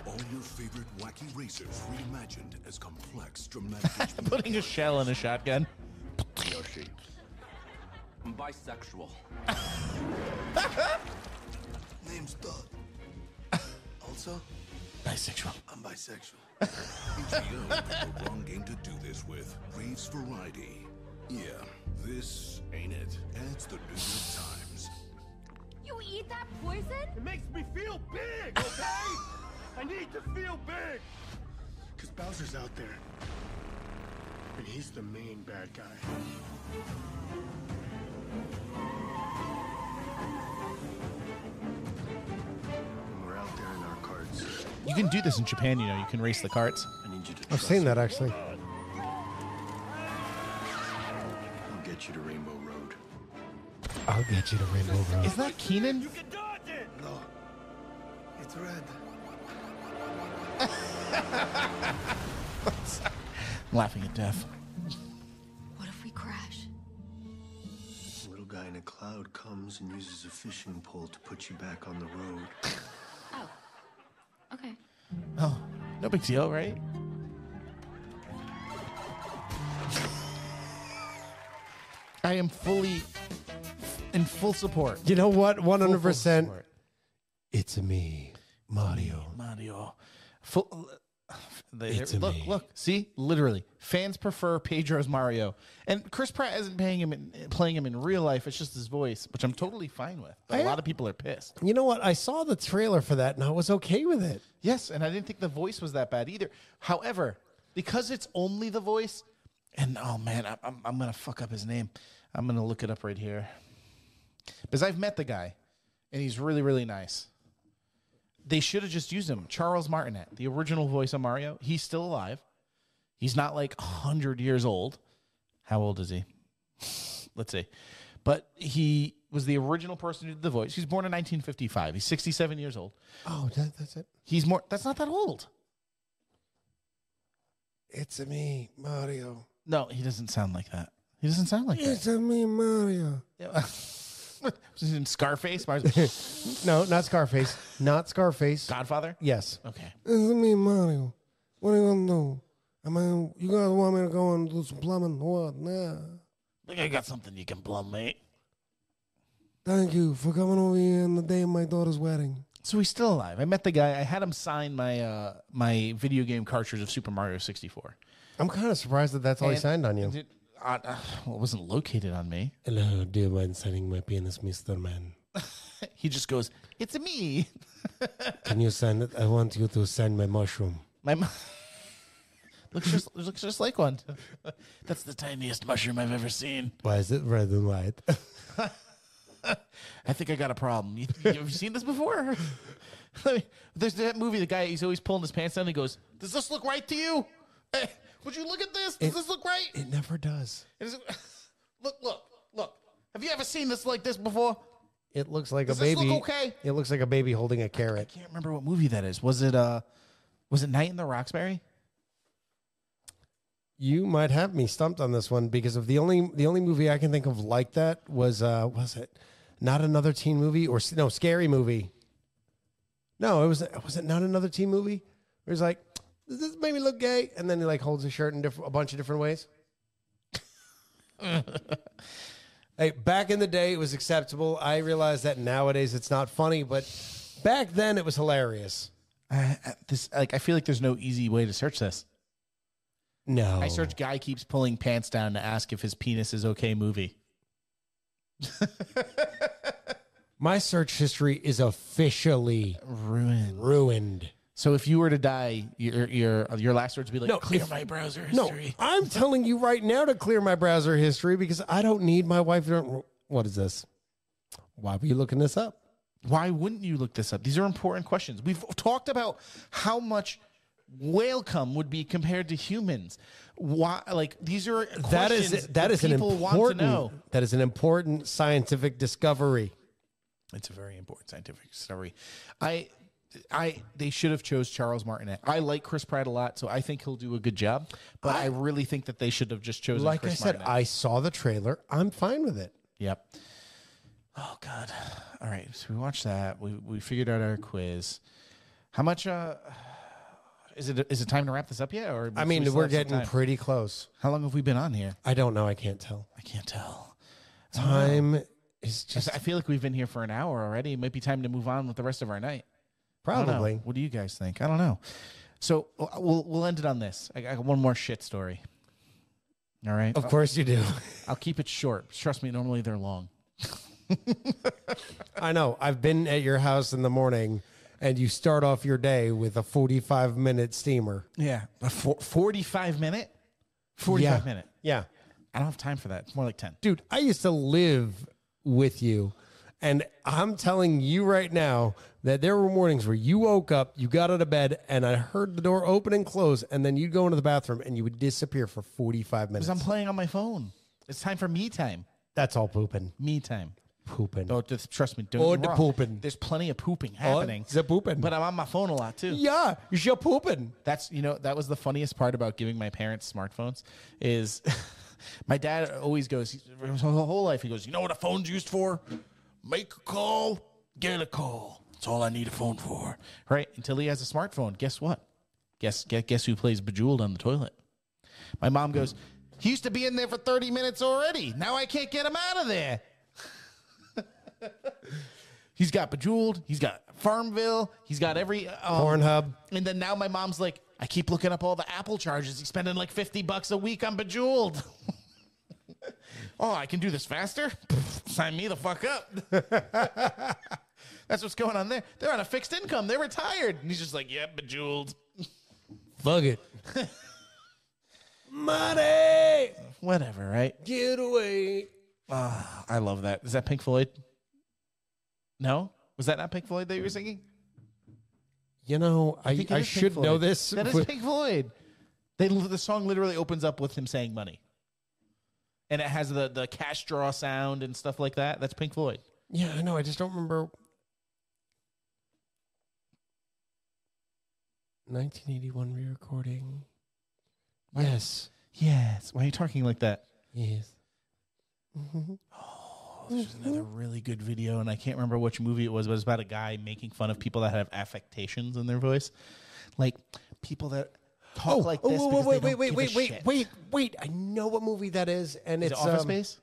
All your favorite wacky racers reimagined as complex, dramatic. experiences. Putting a shell in a shotgun. Yoshi. I'm bisexual. Name's *laughs* Doug. Also, Bisexual. I'm *laughs* bisexual. HBO picked the wrong game to do this with. Raves Variety. Yeah, this ain't it. And it's the New York Times. You eat that poison? It makes me feel big, *laughs* okay? I need to feel big! Because Bowser's out there. And he's the main bad guy. When we're out there in our carts, You can do this in Japan, you know. You can race the carts. I need you to I've trust seen me. that actually. I'll get you to Rainbow Road. I'll get you to Rainbow Road. Is that Keenan? No. It's red. I'm laughing at death. What if we crash? The little guy in a cloud comes and uses a fishing pole to put you back on the road. Oh. Okay. Oh, no big deal, right? I am fully in full support. You know what? 100%. Support. It's a me, Mario. Mario. Full, they- It's a look, me. look, see, literally, fans prefer Pedro's Mario, and Chris Pratt isn't paying him in, playing him in real life. It's just his voice, which I'm totally fine with. But a I- lot of people are pissed. You know what? I saw the trailer for that and I was okay with it. Yes, and I didn't think the voice was that bad either. However, because it's only the voice, and oh man, I- I'm, I'm gonna fuck up his name. I'm gonna look it up right here because I've met the guy, and he's really really nice. They should have just used him, Charles Martinet, the original voice of Mario. He's still alive. He's not like hundred years old. How old is he? *laughs* Let's see. But he was the original person who did the voice. He was born in 1955. He's 67 years old. Oh, that, that's it. He's more. That's not that old. It's a me, Mario. No, he doesn't sound like that. He doesn't sound like that. It's a me, Mario. *laughs* He's in *laughs* Scarface, Mars- No, not Scarface. Not Scarface. Godfather. Yes. Okay. It's me, Mario. What are you gonna do? I mean, you guys want me to go and do some plumbing? What? Nah. Think I got something you can plumb, mate. Thank you for coming over here on the day of my daughter's wedding. So he's still alive. I met the guy. I had him sign my uh, my video game cartridge of Super Mario 64. I'm kind of surprised that that's all And- and it- uh, uh, well, it wasn't located on me. Hello, do you mind signing my penis, Mr. Man? He just goes, "It's me." *laughs* Can you sign it? I want you to sign my mushroom. My mu- *laughs* looks just looks just like *laughs* one. That's the tiniest mushroom I've ever seen. Why is it red and white? I think I got a problem. You, you have you seen this before? *laughs* I mean, There's that movie. The guy he's always pulling his pants down. And he goes, "Does this look right to you? Eh, would you look at this? Does It- this look right? it never does. *laughs* It is- look, look, look. Have you ever seen this like this before? It looks like Does a this baby. look okay? It looks like a baby holding a carrot. Can't remember what movie that is. Was it uh was it Night in the Roxbury? You might have me stumped on this one because of the only the only movie I can think of like that was uh was it not another teen movie or s- no scary movie? No, it was was it not another teen movie? Where he's like, does this make me look gay? And then he like holds his shirt in diff- a bunch of different ways. *laughs* hey, back in the day it was acceptable. I realize that nowadays it's not funny, but back then it was hilarious. I, I- this like I feel like there's no easy way to search this. No, I Oh. search guy keeps pulling pants down to ask if his penis is okay movie. my search history is officially Ruin. ruined. So if you were to die, your your your last words would be like No, clear if- my browser No, history. I'm telling you right now to clear my browser history because I don't need my wife. to- What is this? Why were you looking this up? Why wouldn't you look this up? These are important questions. We've talked about how much whale cum would be compared to humans. Why like these are questions That is that is an people want to know. important that is an important scientific discovery. It's a very important scientific discovery. I, I, they should have chose Charles Martinet. I like Chris Pratt a lot, so I think he'll do a good job. But I, really think that they should have just chosen. Like I Chris said, Martinet. I saw the trailer. I'm fine with it. Yep. Oh God. All right. So we watched that. We we figured out our quiz. How much? Uh, is it is it time to wrap this up yet? Or I do we mean, still we're have some getting time? pretty close. How long have we been on here? I don't know. I can't tell. I can't tell. Time is Just, just I feel like we've been here for an hour already. It might be time to move on with the rest of our night. I don't know. probably. What do you guys think? I don't know. So we'll- we'll we'll end it on this. I got one more shit story. All right. Of course you do. *laughs* I'll keep it short. Trust me. Normally they're long. I know. I've been at your house in the morning, and you start off your day with a 45 minute steamer. Yeah. A four, Forty-five minute. Forty-five minute. Yeah. I don't have time for that. It's more like 10. dude, I used to live with you. And I'm telling you right now that there were mornings where you woke up, you got out of bed, and I heard the door open and close, and then you'd go into the bathroom and you would disappear for 45 minutes. Because I'm playing on my phone. It's time for me time. That's all pooping. Me time. Pooping. Don't just trust me. Don't Oh, get me the wrong. pooping. There's plenty of pooping happening. the pooping. But I'm on my phone a lot too. Yeah, you're pooping. That's you know that was the funniest part about giving my parents smartphones is *laughs* my dad always goes his whole life he goes you know what a phone's used for make a call get a call that's all I need a phone for right until he has a smartphone guess what guess guess, guess who plays Bejeweled on the toilet my mom goes he used to be in there for thirty minutes already now I can't get him out of there. *laughs* He's got Bejeweled. He's got Farmville. He's got every um, Pornhub. and then now my mom's like, I keep looking up all the Apple charges. He's spending like 50 bucks a week on Bejeweled. *laughs* oh, I can do this faster? *laughs* Sign me the fuck up. *laughs* That's what's going on there. They're on a fixed income. They're retired. And he's just like, yeah, Bejeweled. Fuck it. *laughs* Money! Whatever, right? Get away. Ah, I love that. Is that Pink Floyd? No? Was that not Pink Floyd that you were singing? You know, I, think it I, is Pink should know Floyd. this. That is Pink Floyd. They the song literally opens up with him saying money, and it has the the cash draw sound and stuff like that. That's Pink Floyd. yeah, I know. I just don't remember. 1981 re recording. Yes. Yes. Why are you talking like that? Yes. Oh, There's Mm-hmm. another really good video, and I can't remember which movie it was, but it's about a guy making fun of people that have affectations in their voice, like people that Oh, talk like this. wait, because they wait, wait, don't wait, give a wait, wait, shit. wait, wait. I know what movie that is, and Is it it's Office um, Space?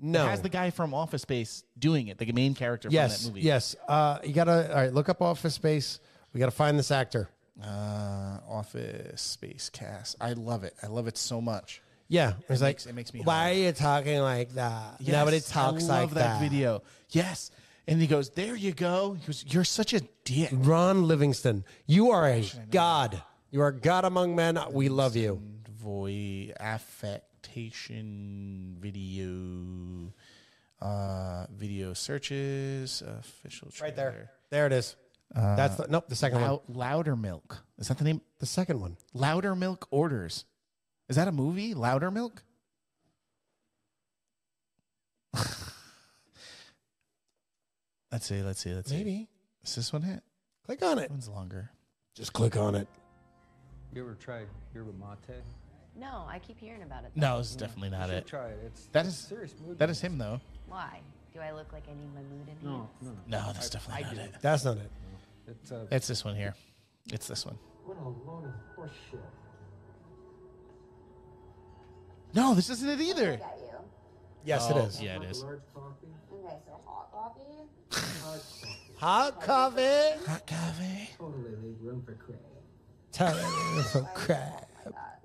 No, It has the guy from Office Space doing it, the main character yes, from that movie. yes. Uh, you gotta all right. Look up Office Space. We gotta find this actor. uh, Office Space cast. I love it. I love it so much. Yeah, it's like makes- it makes me Why are you talking like that? Nobody talks I love like that. video. Yes, and he goes, "There you go." He goes, "You're such a dick." Ron Livingston, you are a god. You are a god among men. We love you. Voy affectation video, uh, video searches official trailer. Right there. Uh, There it is. That's the, nope. The second one. Lou- louder milk is that the name? The second one. Louder milk orders. Is that a movie? Louder milk. *laughs* Let's see. Let's see. Let's see. Maybe. Is this one hit? Click on it. One's longer. Just click on it. You ever tried yerba mate? No, I keep hearing about it. No, this is definitely not Should it. Try it. It's That it's is- serious mood. That is him though. Why? Do I look like I need my mood in No, no. No, that's definitely not it. That's not it. It's uh, It's this one here. It's this one. what a load of horseshit. No, this isn't it either. Got you. Oh, Yes, it is. Yeah, it is. Large coffee. Okay, so hot coffee. Hot coffee. Hot coffee. Totally leave room for crack. Time for crap.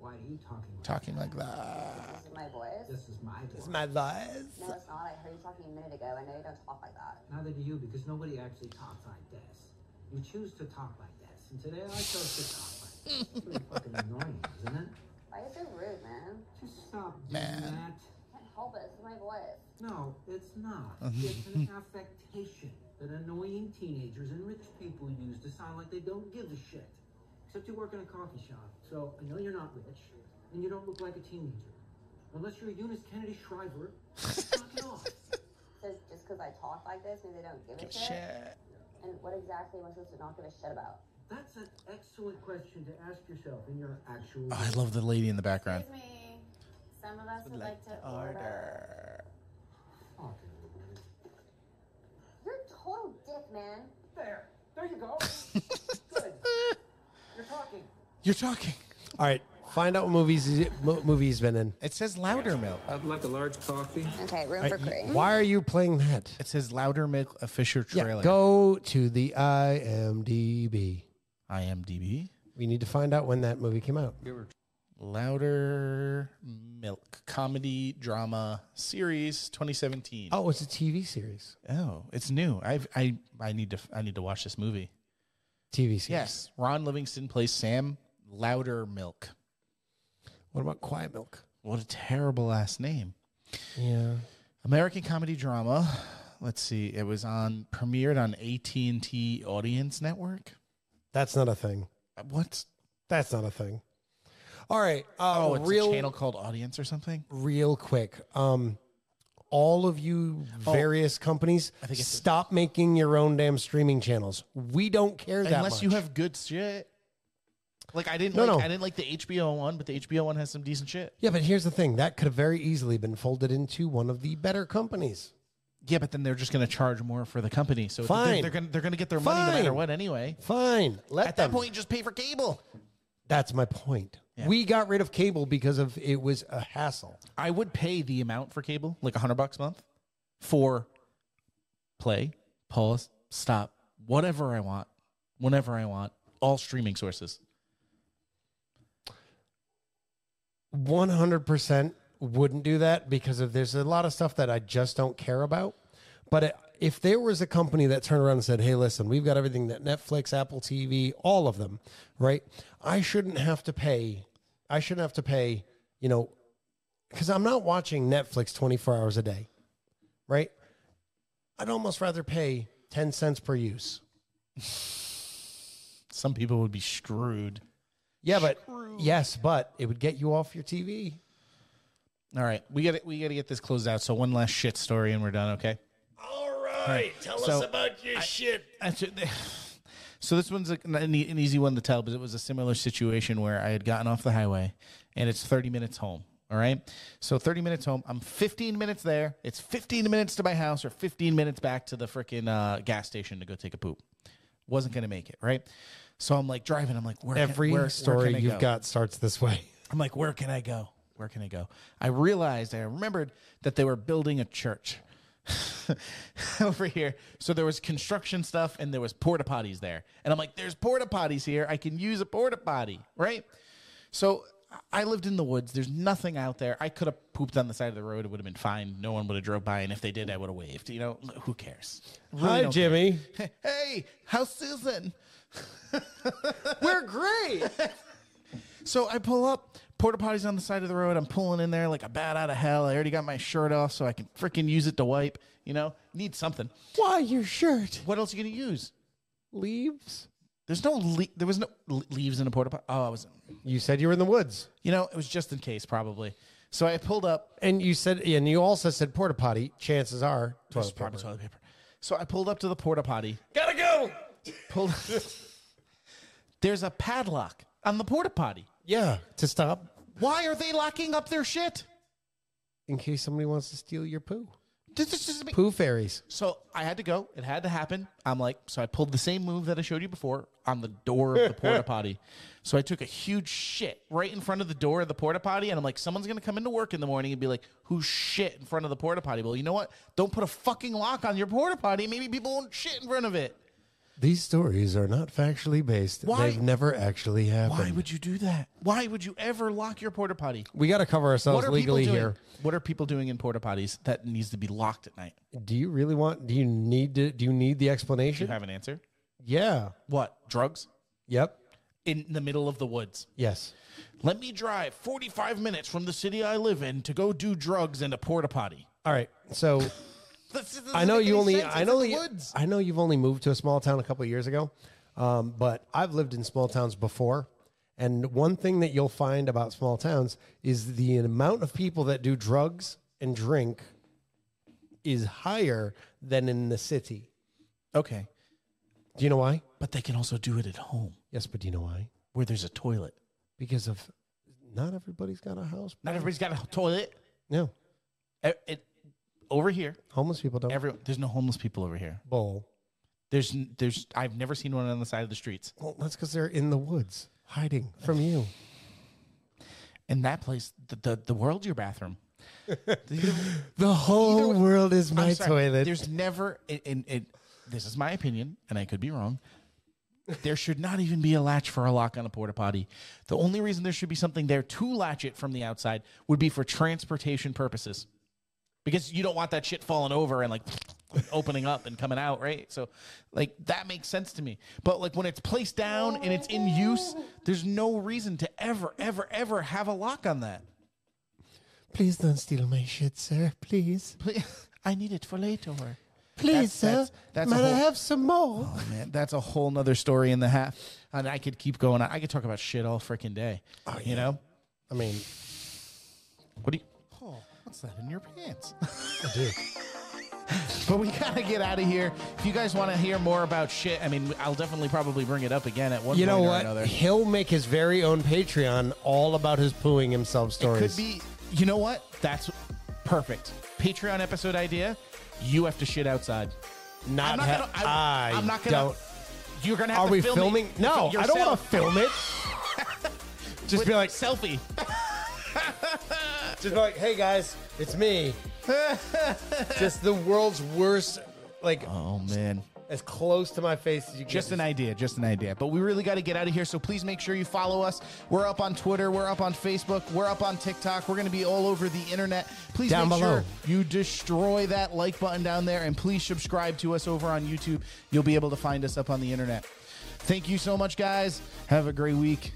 Why are you talking? Like Talking like that. Is it my voice? this is my voice. It's my voice. No, it's not. I heard you talking a minute ago. I know you don't talk like that. Neither do you, because nobody actually talks like this. You choose to talk like this, and today I chose to talk like this. It's *laughs* pretty fucking annoying, isn't it? Why are you so rude, man? Just stop doing that. I can't help it. This is my voice. No, it's not. It's an affectation that annoying teenagers and rich people use to sound like they don't give a shit. Except you work in a coffee shop, so I know you're not rich, and you don't look like a teenager. Unless you're Eunice Kennedy Shriver, knock it off. So it's just because I talk like this means they don't give a shit? Shit. And what exactly am I supposed to not give a shit about? That's an excellent question to ask yourself in your actual. Oh, I love the lady in the background. Excuse me. Some of us would like, to order. Fucking idiot. You're a total dick, man. There, there you go. Good. You're talking. You're talking. *laughs* All right. Find out what movies he- mo- movie he's been in. It says louder milk. I'd like a large coffee. Okay, room for cream. Why are you playing that? It says louder milk official trailer. Yeah, go to the IMDb. IMDb. We need to find out when that movie came out. Louder milk comedy drama series 2017. Oh, it's a TV series. Oh, it's new. I I I need to I need to watch this movie. TV series. Yes, Ron Livingston plays Sam Louder Milk. What about Quiet Milk? What a terrible last name. Yeah. American comedy drama. Let's see. It was on premiered on AT&T Audience Network. That's not a thing. Uh, What? That's not a thing. All right. Uh, Oh, it's real, a channel called Audience or something. real quick. Um, all of you various companies, Oh. think it's- stop making your own damn streaming channels. We don't care that Unless you much. have good shit. Like I didn't No, like no. I didn't like the HBO one, but the HBO one has some decent shit. Yeah, but here's the thing. That could have very easily been folded into one of the better companies. Yeah, but then they're just going to charge more for the company. So Fine. they're, they're going to they're going to get their money no matter Fine. what anyway. Fine. Let At them. that point, just pay for cable. That's my point. We got rid of cable because of it was a hassle. I would pay the amount for cable, like a hundred bucks a month, for play, pause, stop, whatever I want, whenever I want, all streaming sources. 100% wouldn't do that because of there's a lot of stuff that I just don't care about. But it, if there was a company that turned around and said, "Hey, listen, we've got everything that Netflix, Apple TV, all of them, right? I shouldn't have to pay. I shouldn't have to pay, you know, cuz I'm not watching Netflix 24 hours a day. Right? I'd almost rather pay 10 cents per use. Some people would be screwed. Yeah, but yes, but it would get you off your TV. All right, we got to we got to get this closed out. So one last shit story, and we're done. Okay. All right, tell us about your shit. *sighs* so this one's a, an, e- an easy one to tell, but it was a similar situation where I had gotten off the highway, and it's 30 minutes home. All right, so 30 minutes home. I'm 15 minutes there. It's 15 minutes to my house, or 15 minutes back to the freaking uh, gas station to go take a poop. Wasn't gonna make it, right? So I'm like driving. I'm like, where can- Every where- where story can I you've go? got starts this way. I'm like, where can I go? Where can I go? I realized, I remembered that they were building a church *laughs* over here. So there was construction stuff and there was porta potties there. And I'm like, there's porta potties here. I can use a porta potty, right? So I lived in the woods. There's nothing out there. I could have pooped on the side of the road. It would have been fine. No one would have drove by. And if they did, I would have waved. You know, who cares? Really Hi, don't care. Jimmy. Hey, how's Susan? *laughs* We're great. So I pull up, porta potties on the side of the road. I'm pulling in there like a bat out of hell. I already got my shirt off, so I can freaking use it to wipe. You know, need something. Why your shirt? What else are you gonna use? Leaves? There's no le- there was no le- leaves in a porta potty. Oh, I was, You said you were in the woods. you know, it was just in case probably. So I pulled up. And you said and you also said porta potty. Chances are There's toilet probably paper. toilet paper. So I pulled up to the porta potty. Gotta go. Pulled. *laughs* There's a padlock on the porta potty. Yeah, to stop Why are they locking up their shit? in case somebody wants to steal your poo. This is just Poo fairies. So I had to go. It had to happen. I'm like, so I pulled the same move that I showed you before on the door *laughs* of the porta potty. So I took a huge shit right in front of the door of the porta potty, and I'm like, someone's gonna come into work in the morning and be like, who's shit in front of the porta potty? Well, you know what? Don't put a fucking lock on your porta potty. Maybe people won't shit in front of it. These stories are not factually based. Why- They've never actually happened. Why would you do that? Why would you ever lock your porta potty? we got to cover ourselves What are legally people doing? here. What are people doing in porta potties that needs to be locked at night? Do you really want? Do you need to? Do you need Do the you explanation? have an answer? yeah. What? Drugs? Yep. In the middle of the woods. Yes. Let me drive 45 minutes from the city I live in to go do drugs in a porta potty. All right. So This doesn't I know make you any only. sense. I It's know in the you, woods. I know you've only moved to a small town a couple of years ago, um, but I've lived in small towns before, and one thing that you'll find about small towns is the amount of people that do drugs and drink is higher than in the city. Okay. Do you know why? But they can also do it at home Yes, but do you know why? where there's a toilet. Because of not everybody's got a house. Not everybody's got a toilet. No, E- it- over here, homeless people don't. everyone, there's no homeless people over here. bowl. There's, n- there's, I've never seen one on the side of the streets. Well, that's because they're in the woods hiding from you. And that place, the, the, the world's your bathroom. The whole Either way- world is I'm my sorry, toilet. There's never, and, and, and this is my opinion, and I could be wrong. There should not even be a latch for a lock on a porta potty. The only reason there should be something there to latch it from the outside would be for transportation purposes, because you don't want that shit falling over and like opening up and coming out, right? So, like that makes sense to me. But like when it's placed down and it's in use, there's no reason to ever, ever, ever have a lock on that. Please don't steal my shit, sir. Please. Please, *laughs* I need it for later. Please, That's- that's- that's a whole- some more? Man, that's a whole nother story and a half. And I could keep going. I could talk about shit all freaking day. Oh, You know? I mean, What do you. Oh, what's that in your *laughs* pants? I do. but we gotta get out of here. If you guys wanna hear more about shit, I mean, I'll definitely probably bring it up again at one You point know or what? another. He'll make his very own Patreon all about his pooing himself Could stories. be. You know what? That's perfect. Patreon episode idea. You have to shit outside. not. I'm not ha- gonna. I, I, am not gonna. don't. You're gonna have Are to we film filming? It No, I don't want yourself to *laughs* film it. Just with be like, selfie. Just be like, hey guys, *laughs* it's me. just the world's worst, like Oh man. as close to my face as you can. Just an idea, just an idea. But we really got to get out of here. So please make sure you follow us. We're up on Twitter. We're up on Facebook. We're up on TikTok. We're going to be all over the internet. Please Down make below. sure you destroy that like button down there and please subscribe to us over on YouTube. You'll be able to find us up on the internet. Thank you so much, guys. Have a great week.